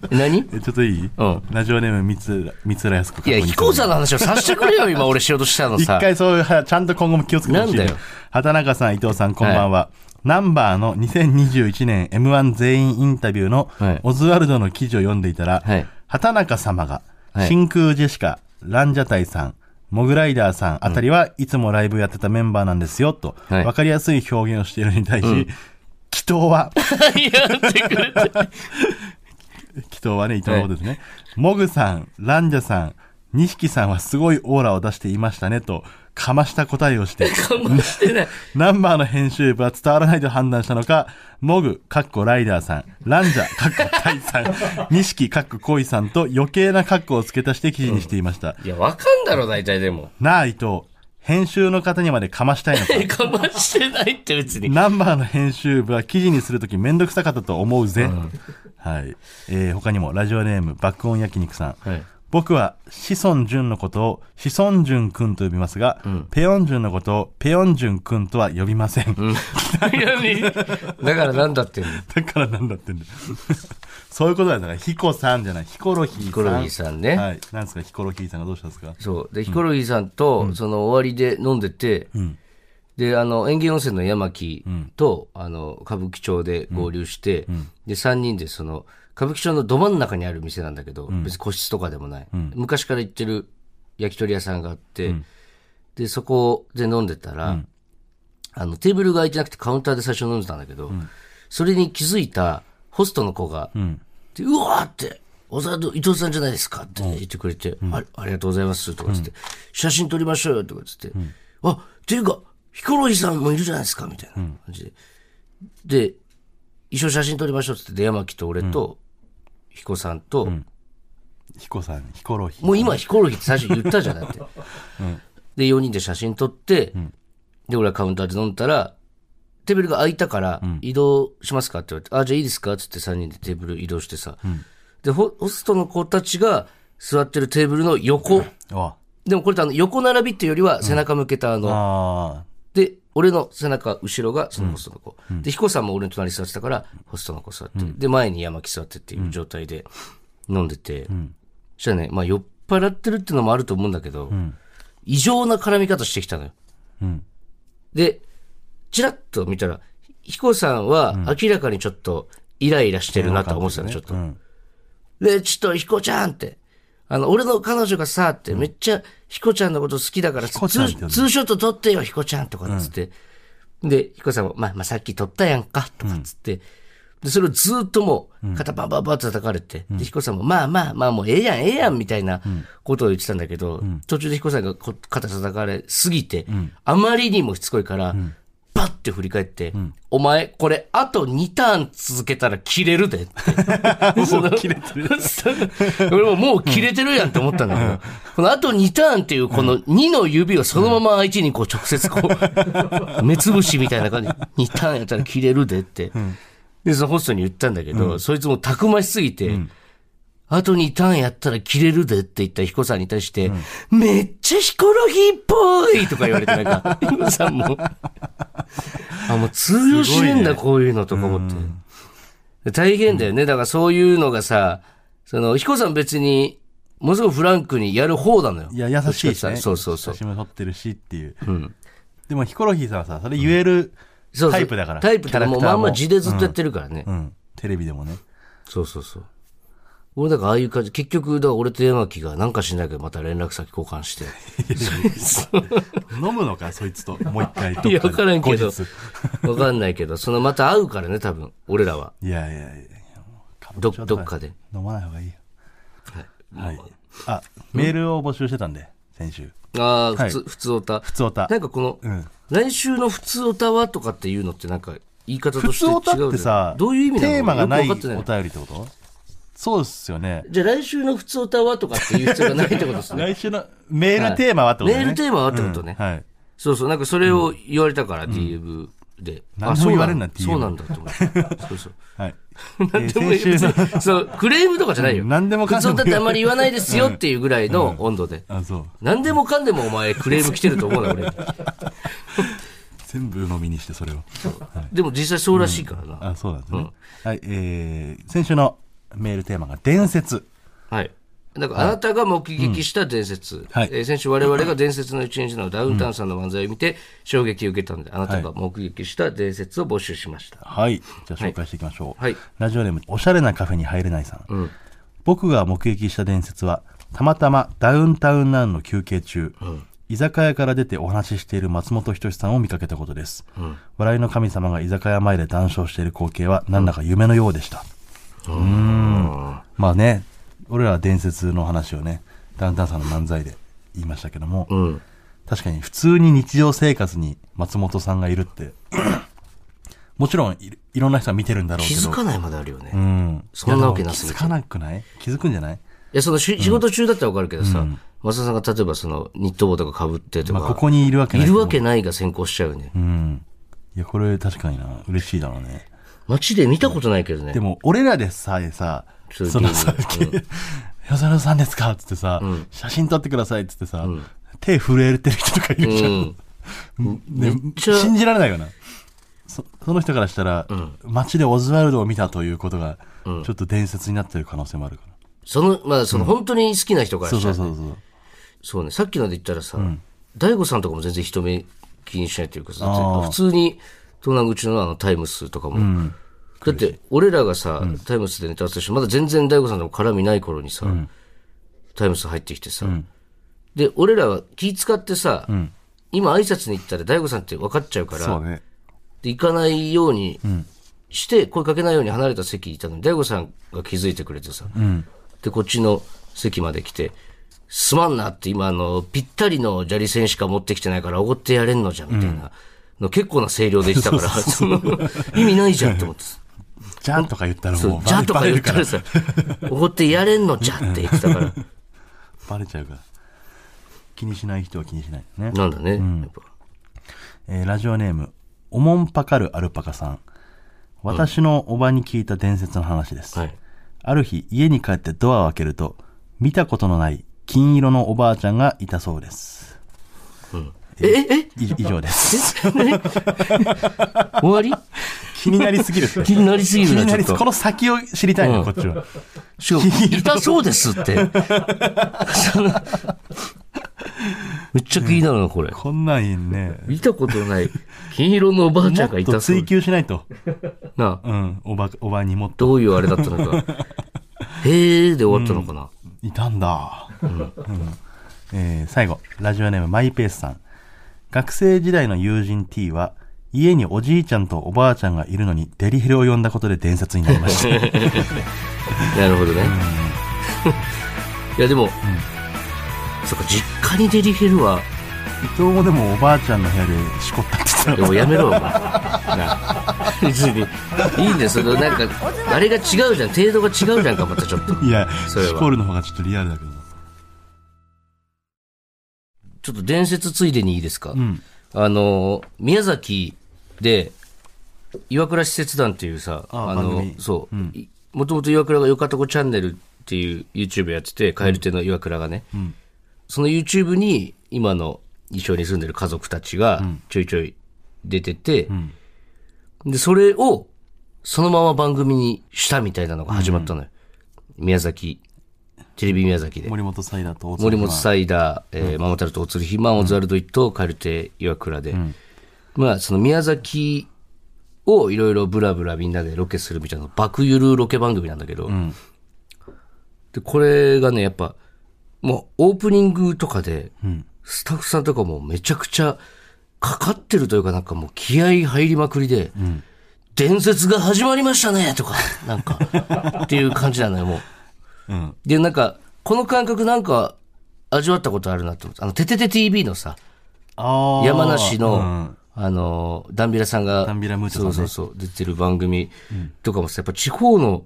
Speaker 2: 何
Speaker 3: えちょっといい、
Speaker 2: うん
Speaker 3: ラジオネーム三浦、三浦康子
Speaker 2: いや、ヒコさんの話をさせてくれよ、今俺しようとしたの
Speaker 3: 一
Speaker 2: さ。
Speaker 3: 回そういうは、ちゃんと今後も気をつけてほしい。
Speaker 2: なんだよ
Speaker 3: 畑中さん、伊藤さん、こんばんは。ナンバーの2021年 M1 全員インタビューの
Speaker 2: はい
Speaker 3: オズワルドの記事を読んでいたら、
Speaker 2: はい
Speaker 3: 畑中様が、
Speaker 2: はい
Speaker 3: 真空ジェシカ、ランジャタイさん、モグライダーさんあたりはいつもライブやってたメンバーなんですよ、と、
Speaker 2: はい
Speaker 3: わかりやすい表現をしているのに対し、祈祷は、
Speaker 2: やってくれて。
Speaker 3: 祈祷はね、伊藤の方ですね。モグさん、ランジャさん、錦さんはすごいオーラを出していましたね、と、かました答えを して、
Speaker 2: 我慢してない。
Speaker 3: ナンバーの編集部は伝わらないと判断したのか、モグ、カッコライダーさん、ランジャ、カッコタイ さん、ニシキ、カッココイさんと余計なカッコを付け足して記事にしていました。
Speaker 2: いや、わかんだろ、大体でも。
Speaker 3: なあ、伊藤、編集の方にまでかましたいのか。
Speaker 2: 我慢してないって別に。
Speaker 3: ナンバーの編集部は記事にするときめんどくさかったと思うぜ。はい。えー、他にも、ラジオネーム、爆音焼肉さん。
Speaker 2: はい
Speaker 3: 僕は子孫淳のことを子孫淳くんと呼びますが、ペヨンジュンのことをペヨンジュンくんとは呼びません。
Speaker 2: だからなんだってんの
Speaker 3: だからなんだってんだよそういうことだよだから、ヒコさんじゃない、ヒコロヒーさん。ヒ
Speaker 2: ヒコロヒーさんね
Speaker 3: はい。なんですか、ヒコロヒーさんがどうしたんですか
Speaker 2: そう。で、ヒコロヒーさんと、その終わりで飲んでて、で、あの、園芸温泉の山木と、あの、歌舞伎町で合流して、で、3人で、その、歌舞伎町のど真ん中にある店なんだけど、別に個室とかでもない、昔から行ってる焼き鳥屋さんがあって、で、そこで飲んでたら、あの、テーブルが空いてなくてカウンターで最初飲んでたんだけど、それに気づいたホストの子が、でうわーって、小沢と伊藤さんじゃないですかって言ってくれて、あありがとうございますとかつって、写真撮りましょうよとかつって、あ、っていうか、ヒコロヒーさんもいるじゃないですかみたいな感じで。で、一緒に写真撮りましょうっつって、で山木と俺と、ヒコさんと、
Speaker 3: ヒコさん、ヒコロヒー。
Speaker 2: もう今ヒコロヒーって最初言ったじゃんだ って。で、4人で写真撮って、で、俺はカウンターで飲んだら、テーブルが空いたから、移動しますかって言われて、あ、じゃあいいですかって言って3人でテーブル移動してさ。で、ホホストの子たちが座ってるテーブルの横。
Speaker 3: あ
Speaker 2: でもこれってあの横並びっていうよりは背中向けたあの、
Speaker 3: あ
Speaker 2: で、俺の背中、後ろがそのホストの子。で、彦さんも俺の隣に座ってたから、ホストの子座って、で、前に山木座ってっていう状態で飲んでて、そしたらね、まあ酔っ払ってるっていうのもあると思うんだけど、異常な絡み方してきたのよ。で、ちらっと見たら、彦さんは明らかにちょっとイライラしてるなと思ってたの、ちょっと。で、ちょっと、ひこちゃんって。あの、俺の彼女がさ、って、めっちゃ、ひこちゃんのこと好きだから、ツ
Speaker 3: こちゃんって呼ん
Speaker 2: ー
Speaker 3: で
Speaker 2: ツーショット撮ってよ、ひこちゃんとかっつって。で、ひこさんも、まあ、まあ、さっき撮ったやんか、とかっつって。で、それをずーっともう、肩バンバンバンと叩かれて、で、ひこさんも、まあまあまあ、もうええやん、ええやん、みたいなことを言ってたんだけど、途中でひこさんがこ肩叩かれすぎて、あまりにもしつこいから、バッて振り返って、お前、これ、あと2ターン続けたら切れるでって。もう切れてる。俺ももう切れてるやんって思ったんだけど、このあと2ターンっていう、この2の指をそのまま相手にこう直接こう、目つぶしみたいな感じ、2ターンやったら切れるでって。で、そのホストに言ったんだけど、そいつもたくましすぎて、あと2ターンやったら切れるでって言ったヒコさんに対して、めっちゃヒコロヒーっぽいとか言われて、なん か、ヒコさんも、あ、もう通用しねえんだ、こういうのとか思って。で大変だよね。だからそういうのがさ、その、ヒコさん別に、ものすごくフランクにやる方なのよ。
Speaker 3: あ。いや、優しいし、ね。
Speaker 2: そうそうそう。
Speaker 3: 写真も撮ってるしっていう。でも、ヒコロヒーさんはさ、それ言えるタイプだから。
Speaker 2: タイプだからもう
Speaker 3: キャ
Speaker 2: ま
Speaker 3: ラ
Speaker 2: ん
Speaker 3: クター
Speaker 2: ま字でずっとやってるからね。
Speaker 3: うん。テレビで もね。
Speaker 2: そうそうそう。俺だからああいう感じ、結局、だから俺と山木がなんかしないけどまた連絡先交換 して。
Speaker 3: 飲むのか、そいつと。もう一回と。
Speaker 2: いや、わからんけど
Speaker 3: 後日。
Speaker 2: わかんないけど、そのまた会うからね、多分。俺らは。
Speaker 3: いやいやいやいや。
Speaker 2: ど、どっかで。
Speaker 3: 飲まない方がいいよ。はい。あ、メールを募集してたんで、先週。
Speaker 2: ああ、
Speaker 3: は
Speaker 2: 普
Speaker 3: い
Speaker 2: 通、普通おた。
Speaker 3: 普通おた
Speaker 2: なんかこの、
Speaker 3: うん
Speaker 2: 来週の普通おたはとかっていうのってなんか言い方と
Speaker 3: 普
Speaker 2: して
Speaker 3: 通
Speaker 2: 違う
Speaker 3: お
Speaker 2: じゃん
Speaker 3: たってさ、
Speaker 2: どういう意味なの
Speaker 3: テーマがない
Speaker 2: よ
Speaker 3: お
Speaker 2: く分かってない。
Speaker 3: 便りってことそうっすよね。
Speaker 2: じゃあ来週の普通おたはとかっていう必要がないってことですね。
Speaker 3: 来週のメールテーマはってことだ
Speaker 2: メ
Speaker 3: よ
Speaker 2: ール
Speaker 3: ね。
Speaker 2: テーマはってことね。
Speaker 3: はい。
Speaker 2: そうそう、なんかそれを言われたから、DM で。
Speaker 3: 何でも言われんな
Speaker 2: そうなん
Speaker 3: DM
Speaker 2: だそうなんだと思って。そう そう。
Speaker 3: はい。
Speaker 2: 何でも
Speaker 3: えー
Speaker 2: 言
Speaker 3: 先週 の
Speaker 2: う。そう、クレームとかじゃないよ。
Speaker 3: うん何でもかんでも
Speaker 2: 普通だってあんまり言わないですよっていうぐらいの温度で。
Speaker 3: あ、そう。
Speaker 2: 何でもかんでもお前クレーム来てると思うな、俺。
Speaker 3: 全部飲みにして、それを。
Speaker 2: でも実際そうらしいからな。
Speaker 3: あ、そうなんですね。はい、えー、先週のメールテーマが伝説。
Speaker 2: はい。だからあなたが目撃した伝説。
Speaker 3: はい
Speaker 2: えー先週我々が伝説の一日のダウンタウンさんの漫才を見て衝撃を受けたので、あなたが目撃した伝説を募集しました。
Speaker 3: はい。じゃあ紹介していきましょう。
Speaker 2: はい
Speaker 3: ラジオネーム、おしゃれなカフェに入れないさん。僕が目撃した伝説は、たまたまダウンタウンナウンの休憩中、居酒屋から出てお話ししている松本人志さんを見かけたことです。笑いの神様が居酒屋前で談笑している光景は、なんだか夢のようでした。うーん。まあね、俺らは伝説の話をね、ダウンタウンさんの漫才で言いましたけども、確かに普通に日常生活に松本さんがいるって、 もちろんいいろんな人は見てるんだろう
Speaker 2: 気
Speaker 3: けど。
Speaker 2: づかないまであるよね。
Speaker 3: う
Speaker 2: い
Speaker 3: ん。
Speaker 2: そんなわけなす
Speaker 3: 気
Speaker 2: ぎ
Speaker 3: づ
Speaker 2: て
Speaker 3: かなくない気づくんじゃない
Speaker 2: や、そのし仕事中だったらわかるけどさ、松田さんが例えばそのニット帽とか被ってとか、
Speaker 3: まあ、ここにいるわけないい。
Speaker 2: るわけないが先行しちゃうね。
Speaker 3: うん。いや、これ確かにな。嬉しいだろうね。
Speaker 2: 街で見たことないけどね
Speaker 3: で。も、俺らでさえさ、
Speaker 2: そう
Speaker 3: そのさ、与沢さんですかっつってさ、写真撮ってくださいっつってさ、手震えてる人とかいるじゃん。ね
Speaker 2: めっ、ちゃ
Speaker 3: 信じられないよな。そその人からしたら、街でオズワルドを見たということが、ちょっと伝説になってる可能性もあるから。
Speaker 2: その、まあ、その、本当に好きな人から
Speaker 3: そう
Speaker 2: した
Speaker 3: そう
Speaker 2: ら、
Speaker 3: そうそう。
Speaker 2: そうね、さっきので言ったらさ、大悟さんとかも全然人目気にしないというかさ、だって
Speaker 3: あー
Speaker 2: 普通に、東南口のあのタイムスとかも、だって俺らがさ、タイムスでネタ合わせして、まだ全然大悟さんとも絡みない頃にさ、タイムス入ってきてさ、で、俺らは気使ってさ、今挨拶に行ったら大悟さんって分かっちゃうから、
Speaker 3: そうね。
Speaker 2: で行かないようにして、声かけないように離れた席にいたのに、大悟さんが気づいてくれてさ、で、こっちの席まで来て、すまんなって今、あの、ぴったりの砂利線しか持ってきてないから、おごってやれんのじゃん、みたいなの、結構な声量で言ってたから、 その、意味ないじゃんって思ってさ
Speaker 3: じゃんとか言ったら
Speaker 2: そ
Speaker 3: も
Speaker 2: う
Speaker 3: う
Speaker 2: じゃ
Speaker 3: バ
Speaker 2: ん
Speaker 3: レ
Speaker 2: とか言った
Speaker 3: バレ
Speaker 2: ら
Speaker 3: るか
Speaker 2: さ、おごってやれんのじゃんって言ってたから、
Speaker 3: ら。バレちゃうから。気にしない人は気にしない。ね。
Speaker 2: なんだね、やっぱ。
Speaker 3: えーラジオネーム、おもんぱかるアルパカさん。私のおばに聞いた伝説の話です。
Speaker 2: はい
Speaker 3: ある日、家に帰ってドアを開けると、見たことのない金色のおばあちゃんがいたそうです。
Speaker 2: え、え、え
Speaker 3: い 以上です。
Speaker 2: 終わ り
Speaker 3: 気になりすぎるって。
Speaker 2: 気になりすぎる
Speaker 3: 気
Speaker 2: な、
Speaker 3: に
Speaker 2: ち
Speaker 3: な
Speaker 2: ょ
Speaker 3: り
Speaker 2: っと
Speaker 3: こ。の先を知りたいの、
Speaker 2: うん
Speaker 3: こっちは。
Speaker 2: しかも、 痛そうですって。 そのめっちゃ気になるな、これ。
Speaker 3: こんなんいいね。
Speaker 2: 見たことない、金色のおばあち
Speaker 3: も
Speaker 2: ゃ
Speaker 3: っ
Speaker 2: んがい
Speaker 3: と
Speaker 2: たそう
Speaker 3: 追。求しないと。
Speaker 2: なあ、
Speaker 3: うん。おば、おばにもっと。
Speaker 2: どういうあれだったの か。へえで終わったのかな。
Speaker 3: いたんだ。うんえー最後、ラジオネームマイペースさん。学生時代の友人 T は、家におじいちゃんとおばあちゃんがいるのにデリヘルを呼んだことで伝説になりま した。
Speaker 2: なるほどね。いや、でも、そっか、実家にデリヘルは、
Speaker 3: 伊藤もでもおばあちゃんの部屋でしこったって言ってた
Speaker 2: でもやめろよ、お前。 なあ別に、いいんだよ、その、なんか、あれが違うじゃん、程度が違うじゃんか、またちょっと。
Speaker 3: いや、
Speaker 2: それは
Speaker 3: しこるの方がちょっとリアルだけどな。
Speaker 2: ちょっと伝説ついでにいいですか。
Speaker 3: うん。
Speaker 2: あの、宮崎で、岩倉使節団っていうさ、
Speaker 3: あ番
Speaker 2: の
Speaker 3: 組、
Speaker 2: そう、いもともと岩倉がよかとこチャンネルっていう YouTube やってて、蛙亭の岩倉がね、その YouTube に今の一緒に住んでる家族たちがちょいちょい出てて、で、それをそのまま番組にしたみたいなのが始まったのよ。宮崎、テレビ宮崎で。
Speaker 3: 森本サイダーと大津
Speaker 2: 森本サイダー、えーマモタルとオツルヒマン、オズワルドイット、カルテ、岩倉で、まあ、その宮崎をいろいろブラブラみんなでロケするみたいな、爆ゆるロケ番組なんだけど、で、これがね、やっぱ、もうオープニングとかで、スタッフさんとかもめちゃくちゃかかってるというか、なんかもう気合入りまくりで、伝説が始まりましたねとか、なんか、っていう感じなのよ、もう。で、なんか、この感覚なんか味わったことあるなと思って、あの、ててて TV のさ、
Speaker 3: あー
Speaker 2: 山梨の、
Speaker 3: うん
Speaker 2: あの、ダンビラさんが、
Speaker 3: ダンビラムーチョさん
Speaker 2: そ
Speaker 3: ね
Speaker 2: うそうそう、出てる番組とかもさ、やっぱ地方の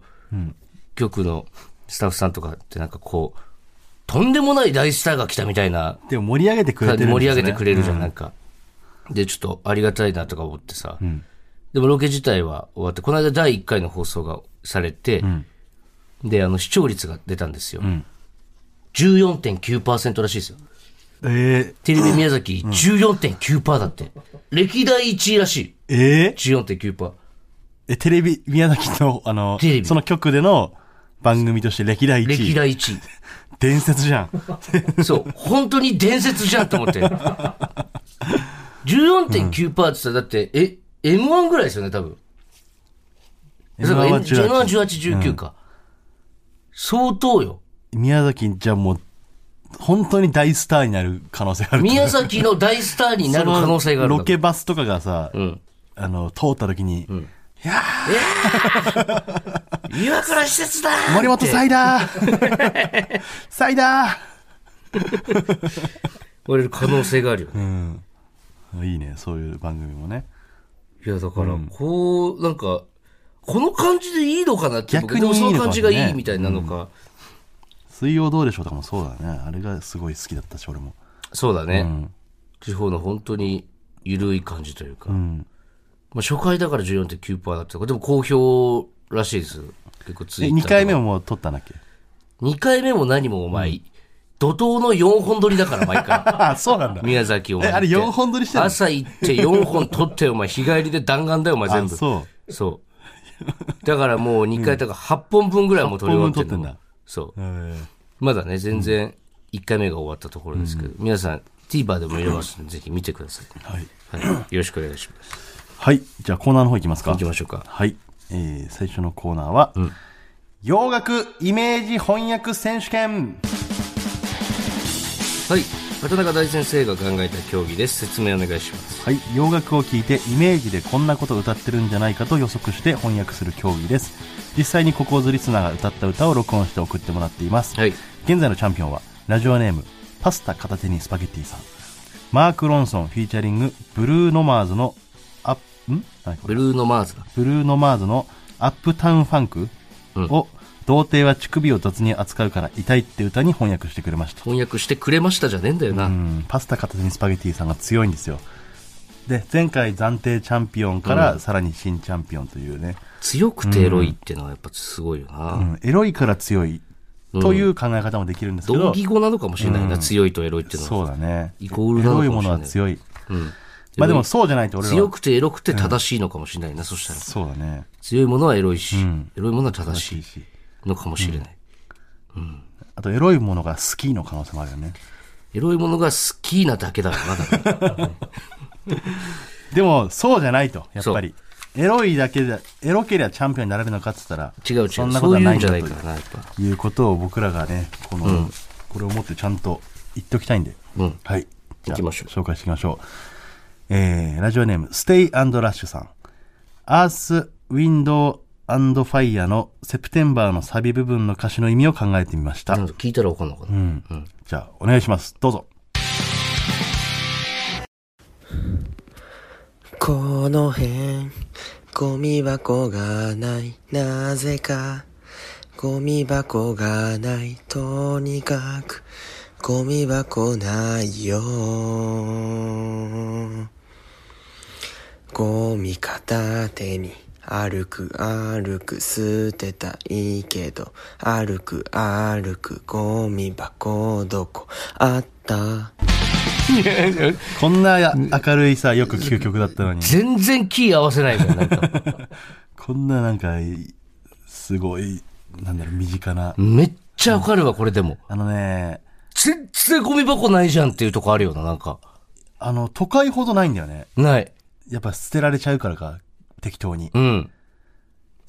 Speaker 2: 局のスタッフさんとかってなんかこう、とんでもない大スターが来たみたいな
Speaker 3: でも盛り上げてくれてるんですね。
Speaker 2: 盛り上げてくれるじゃん、
Speaker 3: う
Speaker 2: なんか。で、ちょっとありがたいなとか思ってさ。でもロケ自体は終わって、この間第1回の放送がされて、で、あの、視聴率が出たんですよ。14.9%らしいですよ。
Speaker 3: え
Speaker 2: テレビ宮崎14.9%だって。歴代1位らし
Speaker 3: ー、えー
Speaker 2: い。14.9%。
Speaker 3: え、テレビ、宮崎の、あの
Speaker 2: テレ、ビ
Speaker 3: その局での番組として歴代1
Speaker 2: 歴
Speaker 3: 位。
Speaker 2: 代1
Speaker 3: 伝説じゃん。
Speaker 2: 位。そう。本当に伝説じゃんと思 って。14.9%って言ったら、だって、え、M1 ぐらいですよね、多分。そ
Speaker 3: M1
Speaker 2: う
Speaker 3: は
Speaker 2: か、
Speaker 3: 18
Speaker 2: M18、19か。相当よ。
Speaker 3: 宮崎じゃもう、本当に大スターになる可能性がある。
Speaker 2: 宮崎の大スターになる可能性があるんだ
Speaker 3: そのロケバスとかがさ、
Speaker 2: ん
Speaker 3: あの、通った時に、
Speaker 2: 岩倉施設だーって
Speaker 3: 森本サイダー サイダ
Speaker 2: 言われる可能性があるよね。
Speaker 3: ーいいね、そういう番組もね。
Speaker 2: いや、だから、こう、なんか、この感じでいいのかなって、
Speaker 3: 逆に
Speaker 2: 僕でもそ
Speaker 3: い
Speaker 2: の
Speaker 3: いのか
Speaker 2: 感
Speaker 3: もね
Speaker 2: じがいいみたいなのか。
Speaker 3: 水曜どうでしょうとかもそうだね。あれがすごい好きだったし、俺も。
Speaker 2: そうだね。地方の本当に緩い感じというか。まあ初回だから14.9%だったけどでも好評らしいです。結構ツイ
Speaker 3: え、
Speaker 2: ッター
Speaker 3: 2
Speaker 2: とか
Speaker 3: 回目ももう撮ったんだっけ
Speaker 2: 2回目も何もお前、怒涛の4本撮りだから、毎回。
Speaker 3: あ、そうなんだ。
Speaker 2: 宮崎お前
Speaker 3: えあれ
Speaker 2: 行って
Speaker 3: 4本撮りしてんの
Speaker 2: 朝行って4本撮って、お前、日帰りで弾丸だよ、お前、全部。。
Speaker 3: あそう
Speaker 2: そう。だからもう2回、だから8本分ぐらいもう撮り終わってる
Speaker 3: 8本分撮ってんだ
Speaker 2: そう。
Speaker 3: え
Speaker 2: まだね、全然1回目が終わったところですけど、皆さん、TVer でも見れますので、ぜひ見てください。
Speaker 3: ーはい。
Speaker 2: はい。よろしくお願いします。
Speaker 3: はい。じゃあコーナーの方いきますか。
Speaker 2: 行きましょうか。
Speaker 3: はい。えー、最初のコーナーは、洋楽イメージ翻訳選手権。
Speaker 2: はい。畑中大先生が考えた競技です。説明お願いします。
Speaker 3: はい、洋楽を聴いてイメージでこんなことを歌ってるんじゃないかと予測して翻訳する競技です実際にココーズリスナーが歌った歌を録音して送ってもらっています、
Speaker 2: はい
Speaker 3: 現在のチャンピオンはラジオネームパスタ片手にスパゲッティさんマーク・ロンソンフィーチャリングブルーノマーズのアップん何これ
Speaker 2: ブルーノ・マーズが。
Speaker 3: ブルーノマーズのアップタウンファンクを、童貞は乳首を雑に扱うから痛いって歌に翻訳してくれました
Speaker 2: 翻訳してくれましたじゃねえんだよな。
Speaker 3: うんパスタ片手にスパゲティさんが強いんですよで前回暫定チャンピオンからさらに新チャンピオンというね、
Speaker 2: 強くてエロいってのはやっぱすごいよな。
Speaker 3: うんエロいから強いという考え方もできるんですけど、
Speaker 2: 同義語なのかもしれないな。強いとエロいってのは。
Speaker 3: そうだね
Speaker 2: イコールなの
Speaker 3: エ
Speaker 2: かもしれない
Speaker 3: ロいものは強い、まあでもそうじゃないと俺ら
Speaker 2: 強
Speaker 3: は
Speaker 2: くてエロくて正しいのかもしれないな、そしたら。
Speaker 3: そうだね
Speaker 2: 強いものはエロいし、エロいものは正し
Speaker 3: いい
Speaker 2: い
Speaker 3: し
Speaker 2: のかもしれない。
Speaker 3: あとエロいものが好きの可能性もあるよね
Speaker 2: エロいものが好きなだけだからな、だから。
Speaker 3: でもそうじゃないとやっ
Speaker 2: そ
Speaker 3: ぱ
Speaker 2: う
Speaker 3: りエロいだけでエロけりゃチャンピオンになれるのかって言ったら
Speaker 2: 違う違う。
Speaker 3: そ
Speaker 2: そ
Speaker 3: んなこと
Speaker 2: う
Speaker 3: はいな
Speaker 2: うん
Speaker 3: いん
Speaker 2: じゃ
Speaker 3: だと
Speaker 2: ないいうからな、やっぱ。
Speaker 3: いうことを僕らがね、この、これをもってちゃんと言っておきたいんで。
Speaker 2: うん
Speaker 3: はい。じゃあ
Speaker 2: 行きましょう
Speaker 3: 紹介していきましょう。えー、ラジオネーム、ステイラッシュさん。アース、ウィンドウファイヤーのセプテンバーのサビ部分の歌詞の意味を考えてみました。
Speaker 2: なんか聞いたらわかんのかな。
Speaker 3: じゃあ、お願いします。どうぞ。
Speaker 4: この辺、ゴミ箱がない。なぜか、ゴミ箱がない。とにかく、ゴミ箱ないよ。ゴミ片手に、歩く歩く捨てたいけど、歩く歩くゴミ箱どこあった
Speaker 3: こんなや明るいさ、よく聴く曲だったのに、
Speaker 2: 全然キー合わせないじゃん、なん か。
Speaker 3: こんななんか、すごい、なんだろう、身近な。
Speaker 2: めっちゃわかるわ、これでも。
Speaker 3: あのね、
Speaker 2: 全然ゴミ箱ないじゃんっていうとこあるよな、なんか。
Speaker 3: あの、都会ほどないんだよね。
Speaker 2: ない。
Speaker 3: やっぱ捨てられちゃうからか、適当に。
Speaker 2: うん。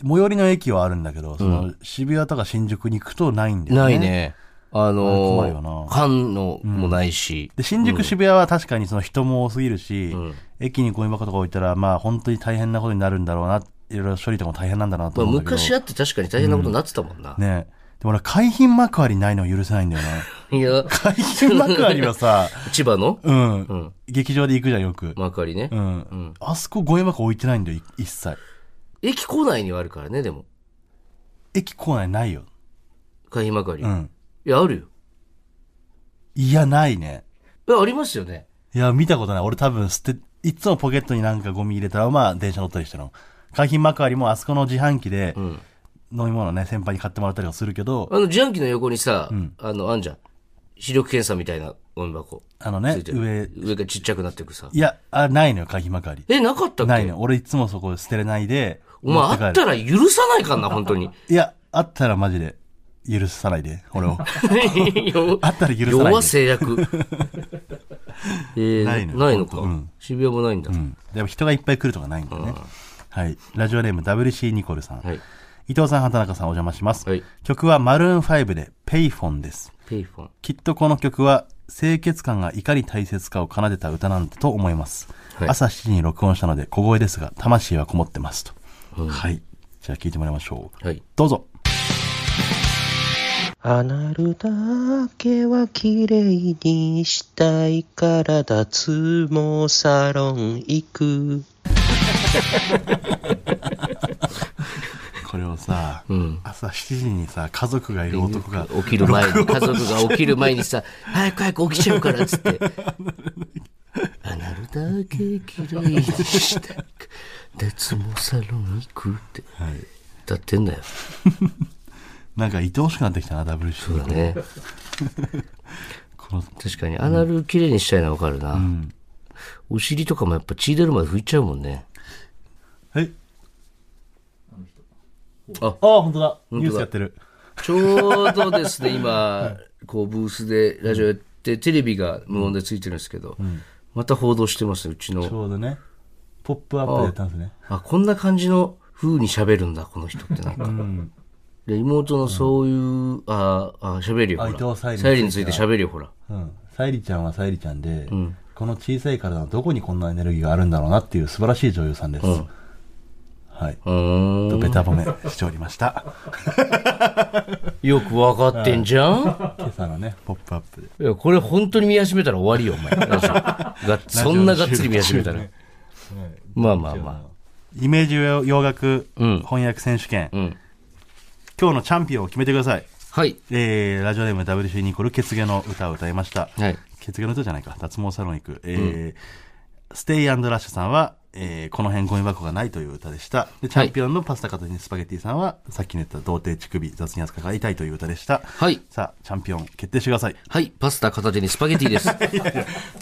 Speaker 3: 最寄りの駅はあるんだけど、その渋谷とか新宿に行くとないんだよ
Speaker 2: な
Speaker 3: ね。
Speaker 2: い。ね。あの
Speaker 3: あれ怖いよな
Speaker 2: 缶のもないし。
Speaker 3: で、新宿渋谷は確かにその人も多すぎるし、駅にゴミ箱とか置いたら、まあ本当に大変なことになるんだろうな、いろいろ処理とかも大変なんだな
Speaker 2: ま
Speaker 3: と
Speaker 2: あ、
Speaker 3: 思うんだけど。
Speaker 2: 昔あって確かに大変なことになってたもんな。
Speaker 3: ねでも俺、海浜幕張ないの許せないんだよ な。
Speaker 2: いや、
Speaker 3: 海浜幕張はさ、
Speaker 2: 千葉の
Speaker 3: うん、劇場で行くじゃん、よく。
Speaker 2: 幕張ね
Speaker 3: う。ん。あそこゴミ箱置いてないんだよ、い一切。
Speaker 2: 駅構内にはあるからね、でも。
Speaker 3: 駅構内ないよ。
Speaker 2: 海浜幕張。
Speaker 3: うん。
Speaker 2: いや、あるよ。
Speaker 3: いや、ないね。
Speaker 2: いや、ありますよね。
Speaker 3: いや、見たことない。俺多分捨て、いつもポケットになんかゴミ入れたら、まあ電車乗ったりしてるの。海浜幕張もあそこの自販機で、飲み物ね、先輩に買ってもらったりはするけど
Speaker 2: あ、の、自販機の横にさ、あの、あんじゃん。視力検査みたいなゴミ箱。
Speaker 3: あのね、上、
Speaker 2: 上がちっちゃくなってくさ。
Speaker 3: いや、あ、ないのよ、海浜幕張。
Speaker 2: え、なかったっけ
Speaker 3: ないのよ。俺いつもそこ捨てれないで、
Speaker 2: お前、
Speaker 3: 持
Speaker 2: あ
Speaker 3: って帰る
Speaker 2: ったら許さないかんな、本当に。
Speaker 3: いや、あったらマジで、許さないで、俺を。 あ
Speaker 2: あ
Speaker 3: ったら許さないで
Speaker 2: 要は制 約。えー、
Speaker 3: な
Speaker 2: ないい
Speaker 3: の
Speaker 2: の
Speaker 3: よ
Speaker 2: か、渋谷もないんだ。
Speaker 3: うんでも人がいっぱい来るとかないんだよね。はい。ラジオネーム WC ニコルさん。
Speaker 2: はい。
Speaker 3: 伊藤さん、畑中さん、お邪魔します。
Speaker 2: はい
Speaker 3: 曲はマルーン5で、ペイフォンです。
Speaker 2: ペイフォン。
Speaker 3: きっとこの曲は清潔感がいかに大切かを奏でた歌なんだと思います、
Speaker 2: はい
Speaker 3: 朝7時に録音したので小声ですが魂はこもってますと、はいじゃあ聞いてもらいましょう、
Speaker 2: はい。
Speaker 3: どうぞ
Speaker 4: あなるだけは綺麗にしたいから脱毛サロン行く。
Speaker 3: これをさ、朝7時にさ家族がいる男が
Speaker 2: 起きる前に、家族が起きる前に さ、早く早く起きちゃうからっつ って。あなるだけ綺麗にしたい。脱毛サロン行くって。歌ってんだよ。
Speaker 3: なんか愛おしくなってきたな、WC。
Speaker 2: そうだね。
Speaker 3: この
Speaker 2: 確かに、アナル綺麗にしたいのはわかるな。お尻とかもやっぱ血出るまで拭いちゃうもんね。
Speaker 3: はい。
Speaker 2: あ
Speaker 3: あ、本当だ。
Speaker 2: 当だ
Speaker 3: ニュースやってる。
Speaker 2: ちょうどですね、今、こう、ブースでラジオやって、テレビが無音でついてるんですけど、また報道してます、うち
Speaker 3: ち
Speaker 2: の。
Speaker 3: ょうどね、ポップアップでやったんですね。
Speaker 2: あ、こんな感じの風に喋るんだ、この人ってなんか。で、妹のそういう、ああ、喋るよ、
Speaker 3: あ
Speaker 2: ほ
Speaker 3: 伊
Speaker 2: ら。
Speaker 3: 藤沙莉
Speaker 2: サイリについて喋るよ、ほら。
Speaker 3: うん。沙莉ちゃんは沙莉ちゃんで、この小さい体のどこにこんなエネルギーがあるんだろうなっていう素晴らしい女優さんです。はい。
Speaker 2: うーん。
Speaker 3: とベタ褒めしており ました。
Speaker 2: よくわかってんじゃん
Speaker 3: 今朝のね、ポップアップで。
Speaker 2: いや、これ本当に見始めたら終わりよ、 お前。ラジオがそんながっつり見始めたら。まあまあま
Speaker 3: イメージ洋楽
Speaker 2: ん
Speaker 3: 翻訳選手権、
Speaker 2: あ。うん。
Speaker 3: 今日のチャンピオンを決めてください。
Speaker 2: はい。
Speaker 3: えー、ラジオネーム WC ニコル、ケツ毛の歌を歌いました。
Speaker 2: はい。
Speaker 3: ケツ毛の歌じゃないか。脱毛サロン行く。えーステイラッシュさんは、えーこの辺ゴミ箱がないという歌でした。で、チャンピオンのパスタ片手にスパゲティさんは、さっきの言った童貞乳首雑に扱いが痛いという歌でした。
Speaker 2: はい
Speaker 3: さあ、チャンピオン決定してください。
Speaker 2: はい。パスタ片手にスパゲティ です。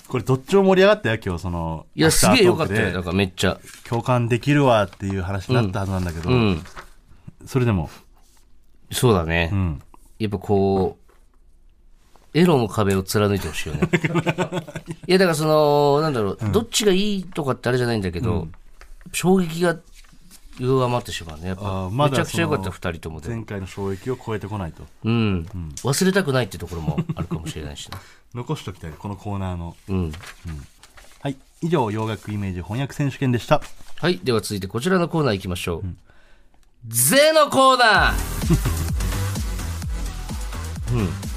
Speaker 3: これどっちも盛り上がったよ、今日その。
Speaker 2: いや、
Speaker 3: アフ
Speaker 2: す
Speaker 3: ター
Speaker 2: げえよか
Speaker 3: ト
Speaker 2: っ
Speaker 3: ーク
Speaker 2: た
Speaker 3: で
Speaker 2: よ。なんかめっちゃ。
Speaker 3: 共感できるわっていう話になったはずなんだけど、
Speaker 2: うん。
Speaker 3: それでも、
Speaker 2: そうだね。
Speaker 3: ん
Speaker 2: やっぱこう、エロの壁を貫いてほしいよ ね。いや、だからその、なんだろう、どっちがいいとかってあれじゃないんだけど、衝撃が上回ってしまうね。やっ
Speaker 3: あ
Speaker 2: ぱ、
Speaker 3: ーまだ
Speaker 2: めちゃくちゃ良かった、
Speaker 3: そ
Speaker 2: 二人ともで。
Speaker 3: 前回の衝撃を超えてこないと。
Speaker 2: うん。忘れたくないってところもあるかもしれないし ね。
Speaker 3: 残しときたい、このコーナーの。
Speaker 2: うん。
Speaker 3: はい。以上、洋楽イメージ翻訳選手権でした。
Speaker 2: はい。では続いてこちらのコーナー行きましょう。ゼのコーナー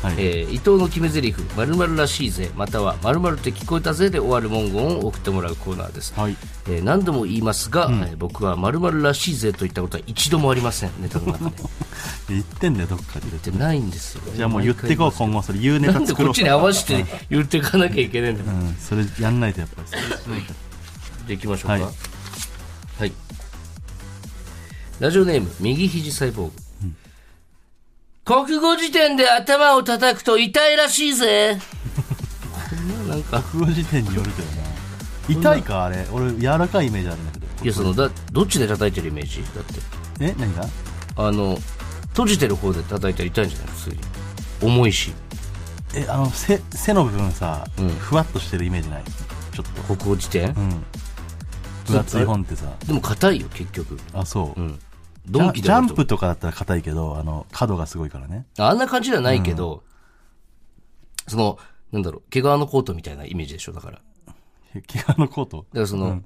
Speaker 3: はい。
Speaker 2: えー伊藤の決め台詞〇〇らしいぜまたは〇〇って聞こえたぜで終わる文言を送ってもらうコーナーです、
Speaker 3: はい
Speaker 2: えー何度も言いますが、えー僕は〇〇らしいぜと言ったことは一度もありませんネタの中で
Speaker 3: 言ってんだよ、どっかで。
Speaker 2: 言ってないんですよ
Speaker 3: じゃあもう言ってこう、今後。それ言うネ
Speaker 2: な
Speaker 3: タ
Speaker 2: んで
Speaker 3: 作
Speaker 2: こ
Speaker 3: ろ
Speaker 2: っ
Speaker 3: う。
Speaker 2: ちに合わせ て言っていかなきゃいけないんだよ
Speaker 3: うん、それやんないとやっぱり。
Speaker 2: じゃあ行きましょうか。は
Speaker 3: はいい。
Speaker 2: ラジオネーム、右肘サイボーグ。国語辞典で頭を叩くと痛いらしいぜ。こんななんか、
Speaker 3: 空語辞典によるけどな。痛いか、あれ。俺、柔らかいイメージあるんだけど。
Speaker 2: いや、その、だ、どっちで叩いてるイメージだって。
Speaker 3: え何が
Speaker 2: あの、閉じてる方で叩いたら痛いんじゃない普通に。重いし、
Speaker 3: え、あの、背、背の部分さ、ふわっとしてるイメージないちょっと。
Speaker 2: 国語辞典、
Speaker 3: うん。分厚い本ってさ。
Speaker 2: でも硬いよ、結局。
Speaker 3: あ、そう。
Speaker 2: うん。ドンキ
Speaker 3: ジャ
Speaker 2: でやる
Speaker 3: ジャ
Speaker 2: と
Speaker 3: ンプとかだったら硬いけど、あの、角がすごいからね。
Speaker 2: あんな感じではないけど、その、なんだろう、毛皮のコートみたいなイメージでしょ、だから。
Speaker 3: 毛皮のコート
Speaker 2: だからその、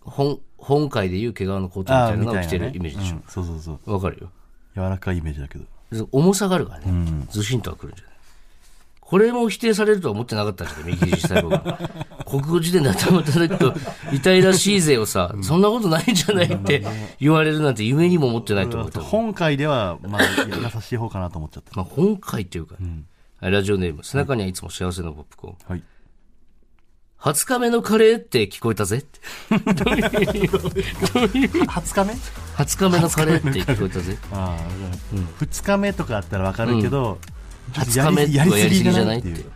Speaker 2: 本、本会でいう毛皮のコートみた
Speaker 3: ああ
Speaker 2: い
Speaker 3: ー、
Speaker 2: な
Speaker 3: み
Speaker 2: のを
Speaker 3: たいな、
Speaker 2: 着
Speaker 3: ね。
Speaker 2: てるイメージでし
Speaker 3: うんそうそうそう。
Speaker 2: ょ。わ、かるよ。
Speaker 3: 柔らかいイメージだけど。
Speaker 2: 重さがあるからね、ずしんとはくるんじゃないこれも否定されるとは思ってなかったんですよ、右肘細胞 が。国語辞典で頭叩くと、痛いらしいぜをさ、そんなことないんじゃないって言われるなんて夢にも思ってないと思った。
Speaker 3: 本会では、まあ、優しい方かなと思っちゃった。
Speaker 2: まあ、本会っていうかね、はいラジオネーム、背中にはいつも幸せのポップコーン。
Speaker 3: はい。
Speaker 2: 20日目のカレーって聞こえたぜって。
Speaker 3: 20日目
Speaker 2: 20日目のカレーって聞こえたぜ。
Speaker 3: ああ、2日目とかあったらわかるけど、ちょっと
Speaker 2: 20日目はやりすぎじゃないって
Speaker 3: やり
Speaker 2: い
Speaker 3: す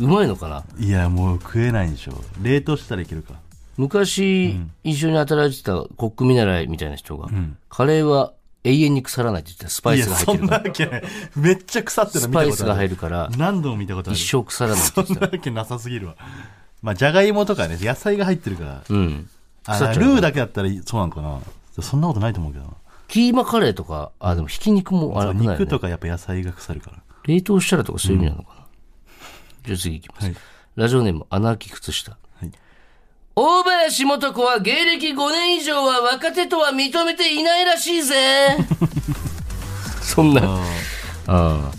Speaker 2: う。うまいのかな
Speaker 3: ういや、もう食えないでしょ。冷凍したらいけるか。
Speaker 2: 昔、一緒に働いてたコック見習いみたいな人が、カレーは永遠に腐らないって言ってたスパ
Speaker 3: い
Speaker 2: イ
Speaker 3: や、
Speaker 2: スが
Speaker 3: そ
Speaker 2: 入ってる
Speaker 3: ん
Speaker 2: か
Speaker 3: な
Speaker 2: ら。
Speaker 3: わけない。めっちゃ腐ってる
Speaker 2: ス
Speaker 3: の見
Speaker 2: パ
Speaker 3: たことある。
Speaker 2: イスが入るから、
Speaker 3: 何度も見たことある。
Speaker 2: 一生腐らないって
Speaker 3: そ
Speaker 2: 言って
Speaker 3: んなわけなさすぎるわ。まあ、じゃがいもとかね、野菜が入ってるから。
Speaker 2: た。うん。
Speaker 3: あ
Speaker 2: 腐っちゃう
Speaker 3: ルーだけだったらそうなんかな。そんなことないと思うけどな。
Speaker 2: キーマカレーとか、あ、でもひき肉もあれ危ない、
Speaker 3: 肉
Speaker 2: ね。
Speaker 3: とかやっぱ野菜が腐るから。
Speaker 2: 冷凍したらとかそういう意味なのかな。じゃあ次行きます。
Speaker 3: はい
Speaker 2: ラジオネーム、アナーキ靴下。
Speaker 3: い
Speaker 2: 大林素子は芸歴5年以上は若手とは認めていないらしい ぜ。そんな。ああ。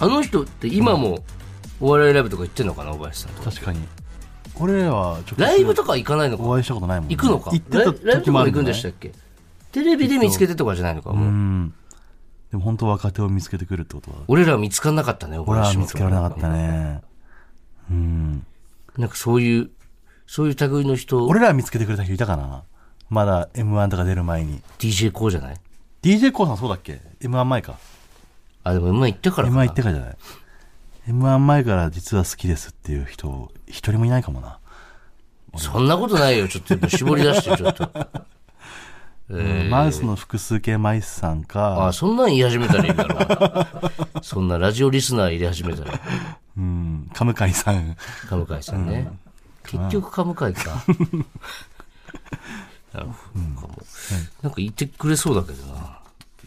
Speaker 2: あの人って今もお笑いライブとか行ってんのかな、大林さんとか。
Speaker 3: 確かに。俺らは直接
Speaker 2: ライブとか行かないのか
Speaker 3: お会いしたことないもん、ね。
Speaker 2: 行くのか
Speaker 3: 行って
Speaker 2: ライラ
Speaker 3: た
Speaker 2: イブ
Speaker 3: 時
Speaker 2: と
Speaker 3: も
Speaker 2: か
Speaker 3: あ
Speaker 2: 行
Speaker 3: る
Speaker 2: くん
Speaker 3: ね
Speaker 2: でしたっけテレビで見つけてとかじゃないのか、
Speaker 3: う。
Speaker 2: もうん
Speaker 3: でも本当若手を見つけてくるってことは。
Speaker 2: 俺らは見つからなかったね、大
Speaker 3: 俺らは
Speaker 2: 林
Speaker 3: 見つけられなかったね。うん。
Speaker 2: なんかそういう、そういう類の人、
Speaker 3: 俺らは見つけてくれた人いたかなまだ M1 とか出る前に。
Speaker 2: DJ こうじゃない
Speaker 3: d j k o さんそうだっけ m 1前か
Speaker 2: あ、でも今行ったから
Speaker 3: m
Speaker 2: か
Speaker 3: 1
Speaker 2: な。
Speaker 3: 行ってからじゃない m 1前から実は好きですっていう人一人もいないかもな
Speaker 2: そんなことないよ。ちょっとやっぱ絞り出して、ちょっ と。えー
Speaker 3: マウスの複数形マイスさん
Speaker 2: あ
Speaker 3: か、
Speaker 2: そんなん言い始めたらいいだろう。そんなラジオリスナー入れ始めたら、
Speaker 3: うん、カムカイさん。
Speaker 2: カムカイさんね。結局カムカイ か。なるほどなんかもうなんか言ってくれそうだけどな。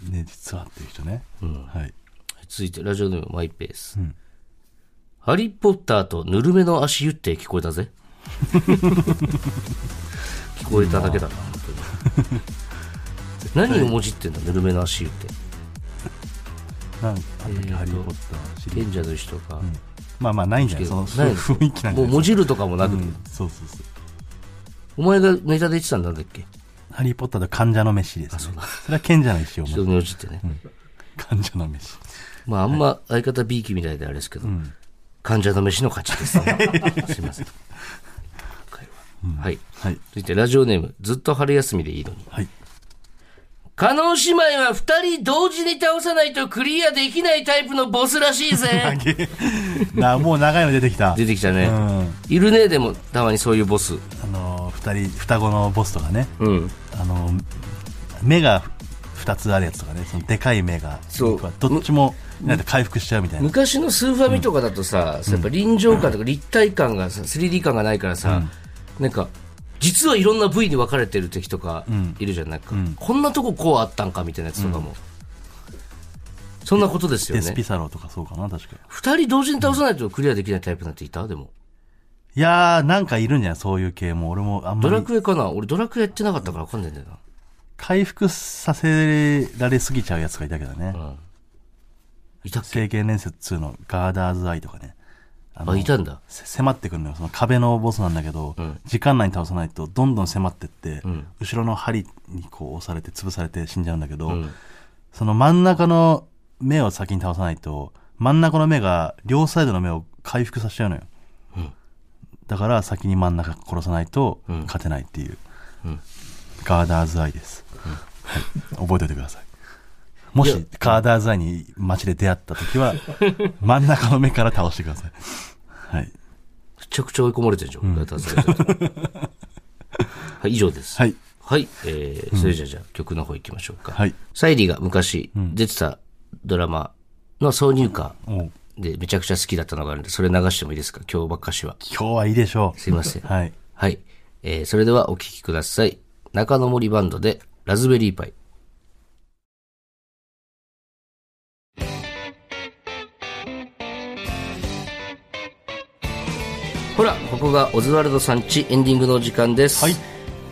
Speaker 3: ね、実はっていう人ね。はい。
Speaker 2: 続いて、ラジオネームマイペース。ハリーポッターとぬるめの足湯って聞こえた ぜ。聞こえただけだな、本当に。何をもじってんだ、ぬるめの足湯って。
Speaker 3: なんなんだっけ、ハリー・ポッターシリーズ。
Speaker 2: 賢者の石とか。
Speaker 3: まあまあ、ないんじゃないそのそういう雰囲気なん
Speaker 2: も
Speaker 3: じゃ
Speaker 2: う
Speaker 3: ない
Speaker 2: もじるとかもなくて。
Speaker 3: うんそうそうそう。
Speaker 2: お前がネタで言ってたんだっけ
Speaker 3: ハリー・ポッターと患者の飯です、ね。それは賢者の石を持
Speaker 2: 人
Speaker 3: つ。
Speaker 2: によじってね。
Speaker 3: 患者の飯。
Speaker 2: まああんま相方 B 期みたいであれですけど、患者の飯の勝ち です。すいません。はい。
Speaker 3: はい。
Speaker 2: 続いてラジオネーム、ずっと春休みでいいのに。
Speaker 3: はい。
Speaker 2: 加納姉妹は二人同時に倒さないとクリアできないタイプのボスらしい ぜ。
Speaker 3: なもう長いの出てきた。
Speaker 2: 出てきたね。
Speaker 3: うん。
Speaker 2: いるね、でも、たまにそういうボス。
Speaker 3: あのー、二人、双子のボスとかね。
Speaker 2: うん。
Speaker 3: あのー、目が二つあるやつとかね。そのでかい目が。
Speaker 2: そう
Speaker 3: 僕はどっちも、なんか回復しちゃうみたいな。
Speaker 2: 昔のスーファミとかだとさ、やっぱ臨場感とか立体感がさ、3D 感がないからさ、なんか、実はいろんな部位に分かれてる敵とかいるじゃん。なんか、こんなとここうあったんかみたいなやつとかも。そんなことですよ
Speaker 3: デス
Speaker 2: ね
Speaker 3: ピ。サロとかそうかな、確か。
Speaker 2: 二人同時に倒さないとクリアできないタイプなんていたでも。
Speaker 3: いやー、なんかいるんじゃないそういう系も。俺もあん
Speaker 2: ド
Speaker 3: ま
Speaker 2: ラ
Speaker 3: り
Speaker 2: クエかな俺ドラクエやってなかったから分かんないんだよな。
Speaker 3: 回復させられすぎちゃうやつがいたけどね。
Speaker 2: いたっけ
Speaker 3: 聖剣伝説2のガーダーズアイとかね。あ
Speaker 2: あ、いたんだ。
Speaker 3: せ迫ってくるのよ。その壁のボスなんだけど、時間内に倒さないとどんどん迫ってって、後ろの針にこう押されて潰されて死んじゃうんだけど、その真ん中の目を先に倒さないと、真ん中の目が両サイドの目を回復させちゃうのよ。だから先に真ん中殺さないと勝てないっていう、ガーダーズアイです、はい、覚えておいてくださいも
Speaker 2: いや
Speaker 3: しガーダーズアイに街で出会った時 は真ん中の目から倒してくださいはい
Speaker 2: めちゃくちゃ追い込まれてるじゃん。俺が助けた時 はい、以上です。
Speaker 3: はい
Speaker 2: はい。えー、それじゃあじゃあ曲の方行きましょうか。
Speaker 3: はい
Speaker 2: サイリーが昔出てたドラマの挿入歌
Speaker 3: おう
Speaker 2: でめちゃくちゃ好きだったのがあるんで、それ流してもいいですか今日ばっかしは。
Speaker 3: 今日はいいでしょう
Speaker 2: すいません。
Speaker 3: はい
Speaker 2: はい。えー、それではお聴きください。中野森バンドでラズベリーパイ。ほら、ここがオズワルドさんちエンディングのお時間です。
Speaker 3: はい。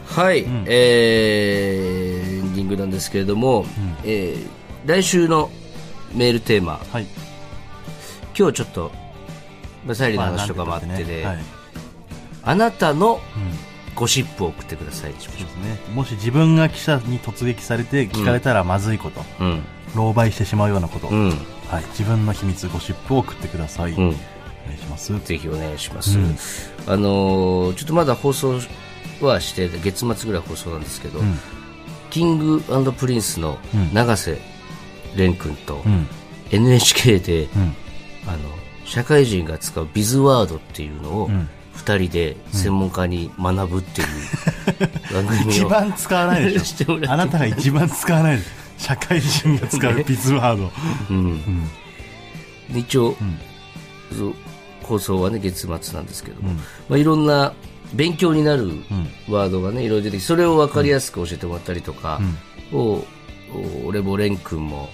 Speaker 2: はい、えーエンディングなんですけれども、えー来週のメールテーマ、
Speaker 3: はい
Speaker 2: 今日ちょっと、まあサイリーの話とかもあって
Speaker 3: なん
Speaker 2: で、
Speaker 3: てことねはい
Speaker 2: あなたのゴシップを送ってくださいにしまし
Speaker 3: そう
Speaker 2: ょ
Speaker 3: ですねもし自分が記者に突撃されて聞かれたらまずいこと、
Speaker 2: う。うん。
Speaker 3: 狼狽してしまうようなこと、
Speaker 2: うん。
Speaker 3: はい、自分の秘密ゴシップを送ってください、
Speaker 2: うん
Speaker 3: お願いします
Speaker 2: ぜひお願いします。あのーちょっとまだ放送はして、月末ぐらい放送なんですけど、
Speaker 3: ん
Speaker 2: キングプリンスの
Speaker 3: うん
Speaker 2: 永瀬廉君と
Speaker 3: うん
Speaker 2: NHK で、
Speaker 3: うん
Speaker 2: あの、社会人が使うビズワードっていうのを
Speaker 3: ん、
Speaker 2: 二人で専門家に学ぶっていう 番組
Speaker 3: 一
Speaker 2: を。
Speaker 3: 番使わない で
Speaker 2: して
Speaker 3: し
Speaker 2: もらっ
Speaker 3: ょ
Speaker 2: て
Speaker 3: あなたが一番使わないでしょ社会人が 使うビズワード
Speaker 2: うん一応、そう放送はね、月末なんですけども、まあ、いろんな勉強になるワードがね、いろいろ出てきて、それを分かりやすく教えてもらったりとかを、お俺も蓮君も、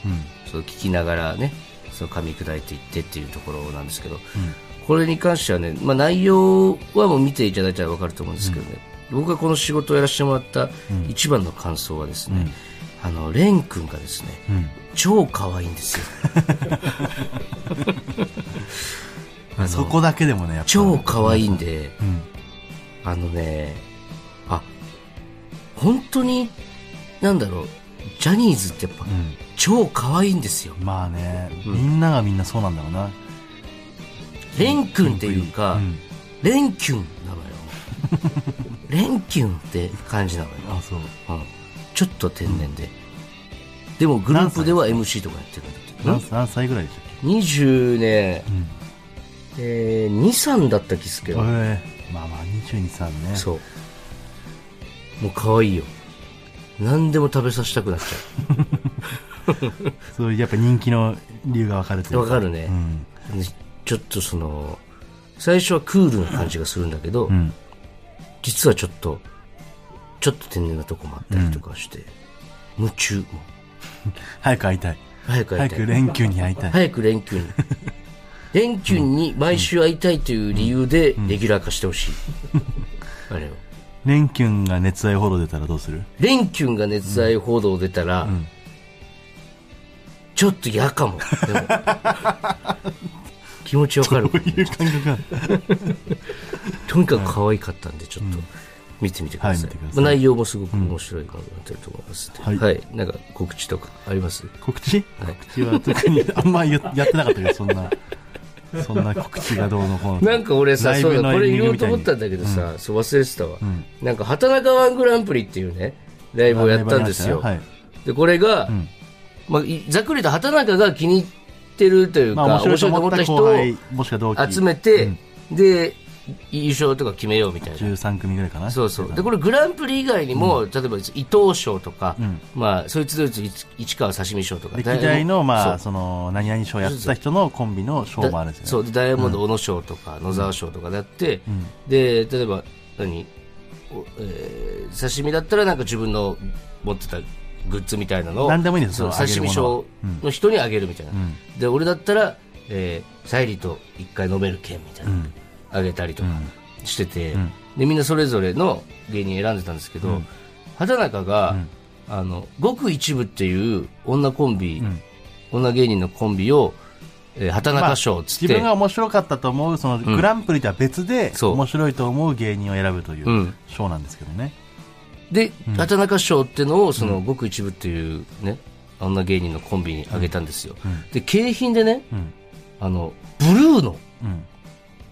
Speaker 2: そう聞きながらね、そう噛み砕いていってっていうところなんですけど、これに関してはね、まあ、内容はもう見ていただいたら分かると思うんですけどね、僕がこの仕事をやらせてもらった一番の感想はですね、あの、蓮君がですね、超可愛いんですよ。あ
Speaker 3: そ
Speaker 2: の
Speaker 3: こだけでもねやっぱ
Speaker 2: 超可愛いんで、
Speaker 3: ん
Speaker 2: あのね、あ、本当に、なんだろう、ジャニーズってやっぱ、超可愛いんですよ。
Speaker 3: まあね、みんながみんなそうなんだろうな
Speaker 2: レンくんっていうか、
Speaker 3: うん
Speaker 2: レンキュンなのよ。 レンキュンって感じなのよ。
Speaker 3: あそう
Speaker 2: うんちょっと天然で。でもグループでは MC とかやってるんだって
Speaker 3: 何何歳ぐらいでしたっけ
Speaker 2: 20ね、えー、23だった気すけど、
Speaker 3: ええまあまあ22歳ね
Speaker 2: そうもう可愛いよ何でも食べさせたくなっちゃ
Speaker 3: そういうやっぱ人気の理由が分かるという
Speaker 2: わか
Speaker 3: る
Speaker 2: るね
Speaker 3: う、ん
Speaker 2: でちょっとその最初はクールな感じがするんだけど、
Speaker 3: うん
Speaker 2: 実はちょっとちょっと天然なとこもあったりとかして、夢中もう
Speaker 3: 早く会いたい
Speaker 2: 早く会い
Speaker 3: 早
Speaker 2: たい
Speaker 3: く連休に会いたい
Speaker 2: 早く連 休に連休に毎週会いたいという理由でレギュラー化してほしい、あれを
Speaker 3: 連休が熱愛フォロー出たらどうする
Speaker 2: 連休が熱愛報道出たら、ちょっと嫌かも でも気持ちわかる
Speaker 3: いう感覚が
Speaker 2: とにかく可愛かったんでちょっと見てみてください,、
Speaker 3: はい見てください
Speaker 2: まあ、内容もすごく面白いものになってると思いますので、
Speaker 3: はい
Speaker 2: はい、なんか告知とかあります
Speaker 3: 告知告知は 特にあんまややってなかったけどそんなそんな告知がどうのこうの
Speaker 2: なんか俺さ
Speaker 3: ライ
Speaker 2: そう
Speaker 3: ブ
Speaker 2: だ
Speaker 3: の
Speaker 2: これ言おうと
Speaker 3: エンディン
Speaker 2: 思
Speaker 3: グ
Speaker 2: っ
Speaker 3: みた
Speaker 2: た
Speaker 3: い
Speaker 2: んだ
Speaker 3: に
Speaker 2: けどさ、そう忘れてたわ、なんか畑中ワングランプリっていうねライブをやったんですよ、
Speaker 3: ライブありましたねはい
Speaker 2: でこれが、
Speaker 3: ん
Speaker 2: まあ、いざっくりと畑中が気に入ってるというか、
Speaker 3: まあ面白いと思
Speaker 2: 面
Speaker 3: った
Speaker 2: 白いと
Speaker 3: 後輩
Speaker 2: 思っ
Speaker 3: もしくは同
Speaker 2: た人を
Speaker 3: 期
Speaker 2: 集めて、で優勝とか決めようみたいな
Speaker 3: 13組ぐらいかな
Speaker 2: そうそう。で、これグランプリ以外にも、例えば伊藤賞とか、まあ、そいつどいつ市市川刺身賞とか。
Speaker 3: 歴代のまあ
Speaker 2: そう
Speaker 3: その何々賞やってた人のコンビの賞もあるんです
Speaker 2: そ
Speaker 3: よ
Speaker 2: う、
Speaker 3: ね
Speaker 2: でダイヤモンド小野賞とか、野沢賞とかだって、で、例えば、何、おえー刺身だったらなんか自分の持ってたグッズみたいなのを、
Speaker 3: 何でもいいんです
Speaker 2: そ
Speaker 3: よ
Speaker 2: の
Speaker 3: そのあげ
Speaker 2: 刺
Speaker 3: るも
Speaker 2: 身
Speaker 3: の
Speaker 2: 賞の人にあげるみたいな。で、俺だったら、えー、サイリと一回飲める券みたいな、あげたりとかしてて、で、みんなそれぞれの芸人選んでたんですけど、畑中が、あの、ごく一部っていう女コンビ、女芸人のコンビを、えー畑
Speaker 3: まあ
Speaker 2: 中賞っつって、
Speaker 3: 自分が面白かったと思うそのグランプリとは別で
Speaker 2: そう
Speaker 3: 面白いと思う芸人を選ぶというん賞なんですけどね
Speaker 2: で、畑中賞ってのをそのごく一部っていうね女芸人のコンビにあげたんですよ、で景品でね、
Speaker 3: ん
Speaker 2: あのブルーノ
Speaker 3: うん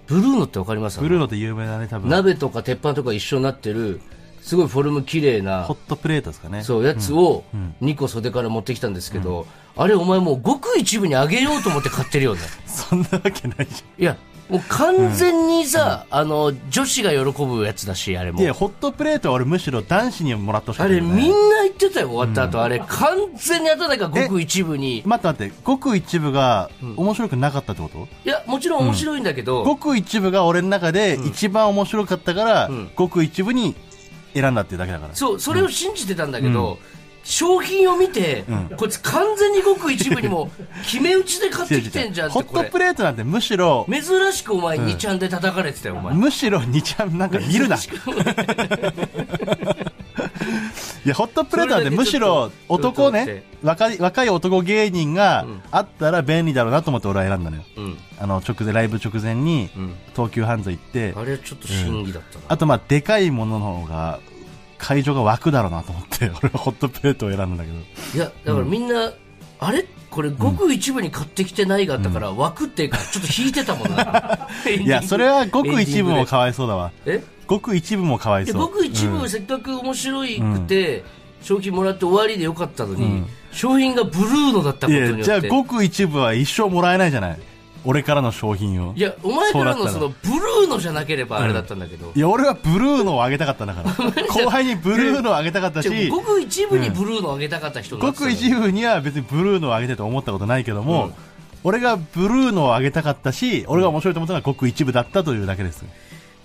Speaker 2: ブルーノってわかります
Speaker 3: ブルーノって有名だね多
Speaker 2: あ
Speaker 3: 分
Speaker 2: の鍋とか鉄板とか一緒になってるすごいフォルム綺麗な
Speaker 3: ホットプレートですかね
Speaker 2: そうやつを2個袖から持ってきたんですけど、あれお前もうごく一部にあげようと思って買ってる よね
Speaker 3: そんなわけないじ
Speaker 2: いやもう完全にさ、あの女子が喜ぶやつだしあれ
Speaker 3: ゃ
Speaker 2: も
Speaker 3: んいやホットプレートは俺むしろ男子にもらってほしか
Speaker 2: あ
Speaker 3: った
Speaker 2: れ
Speaker 3: よね
Speaker 2: みんな言ってたよ終わった後、あれ完全に畑中ごく一部に
Speaker 3: 待って待ってごく一部が面白くなかったってこと、
Speaker 2: いや、もちろん面白いんだけど、
Speaker 3: ごく一部が俺の中で一番面白かったから、ごく一部に選んだっていうだけだから
Speaker 2: そう、それを信じてたんだけど、商品を見て、こいつ完全にごく一部にも、決め打ちで買ってきてんじゃんっ
Speaker 3: ホ
Speaker 2: て、
Speaker 3: ッ
Speaker 2: こ
Speaker 3: ト
Speaker 2: れ
Speaker 3: プ。レートなんてむしろ
Speaker 2: 珍しくお前、2ちゃんで叩かれてたよ、お前。
Speaker 3: むしろ2ちゃんなんか見 るない
Speaker 2: 珍しくお前
Speaker 3: やホットプレートなんてむしろ
Speaker 2: それだけちょっとちょ
Speaker 3: 男
Speaker 2: っと
Speaker 3: ね若い若い男芸人があったら便利だろうなと思って俺は選んだのよ、
Speaker 2: ん
Speaker 3: あの直前ライブ直前に
Speaker 2: ん
Speaker 3: 東急ハンズ行って、
Speaker 2: あれはちょっと審議だったな。
Speaker 3: あとまあでかいものの方が会場が湧くだろうなと思って 俺はホットプレートを選んだんだけど
Speaker 2: いや、だからみんな、あれこれ、ごく一部に買ってきてないがあったから、枠っていうか、ちょっと引いてたもんな。
Speaker 3: いやそれはごく一部も
Speaker 2: 買
Speaker 3: かわいそうだわ
Speaker 2: え
Speaker 3: ごく一部もかわい
Speaker 2: で
Speaker 3: そう
Speaker 2: 僕一部せっかく面白くて、賞金もらって終わりでよかったのに、商品がブルーノだったこと
Speaker 3: い
Speaker 2: によっ
Speaker 3: や
Speaker 2: て
Speaker 3: じゃあごく一部は一生もらえないじゃない俺からの商品を
Speaker 2: いやお前から
Speaker 3: そう
Speaker 2: の
Speaker 3: だっ
Speaker 2: そ
Speaker 3: た
Speaker 2: の
Speaker 3: の
Speaker 2: ブルーノじゃなければあれだったんだけど、
Speaker 3: いや俺はブルーのをあげたかったん だから後輩にブルーのをあげたかったし
Speaker 2: じゃあごく一部にブルーノあげたかった人にな
Speaker 3: ご
Speaker 2: ってた
Speaker 3: く
Speaker 2: の
Speaker 3: 一部には別にブルーのをあげてと思ったことないけども、俺がブルーのをあげたかったし俺が面白いと思ったのはごく一部だったというだけです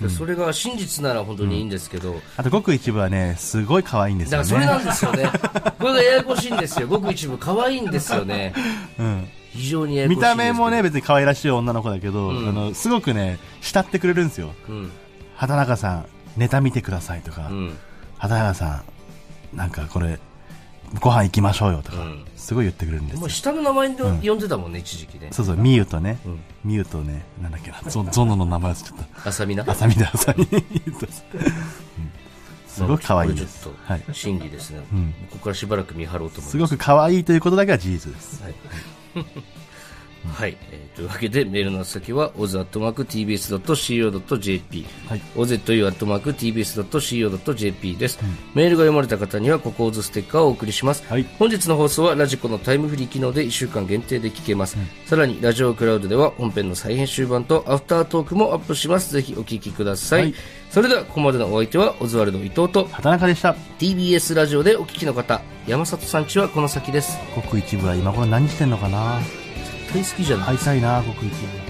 Speaker 2: それが真実なら本当にいいんですけど、
Speaker 3: あとごく一部はねすごい可愛いんです
Speaker 2: だか
Speaker 3: よ
Speaker 2: らそれ
Speaker 3: ね
Speaker 2: なんですよねこれがややこしいんですよごく一部可愛いんですよ ね、非常にややこしい
Speaker 3: 見
Speaker 2: んですけ
Speaker 3: た
Speaker 2: ど
Speaker 3: 目もね別に可愛らしい女の子だけど、あのすごくね慕ってくれるんですよ、
Speaker 2: ん
Speaker 3: 畑中さんネタ見てくださいとか、
Speaker 2: うん
Speaker 3: 畑中さんなんかこれご飯行きましょうよとか、
Speaker 2: ん
Speaker 3: すごい言ってくれるんです
Speaker 2: も
Speaker 3: よ
Speaker 2: う下の名前で呼んでたもんね、一時期ね
Speaker 3: そうそうミユとね、ミユとねなんだっけなゾゾノの名前忘れちゃっ
Speaker 2: あさみな
Speaker 3: たあさみだあさみうん すごく可愛いです
Speaker 2: これち
Speaker 3: は
Speaker 2: ょ
Speaker 3: い
Speaker 2: っと審議ですね、ここからしばらく見張ろうと思います
Speaker 3: すごく可愛いということだけは事実です
Speaker 2: はいはい、えーというわけでメールの宛先は oz.tbs.co.jp、
Speaker 3: はい
Speaker 2: ozu.tbs.co.jp です、メールが読まれた方にはここ oz ステッカーをお送りします、
Speaker 3: はい
Speaker 2: 本日の放送はラジコのタイムフリー機能で1週間限定で聞けます、さらにラジオクラウドでは本編の再編集版とアフタートークもアップしますぜひお聞きください、
Speaker 3: はい
Speaker 2: それではここまでのお相手はオズワルド伊藤と
Speaker 3: 畑中でした
Speaker 2: TBS ラジオでお聞きの方山里さんちはこの先です
Speaker 3: ごく一部は今頃何してんのかな
Speaker 2: 大好きじゃない
Speaker 3: 会いたいなごく一部は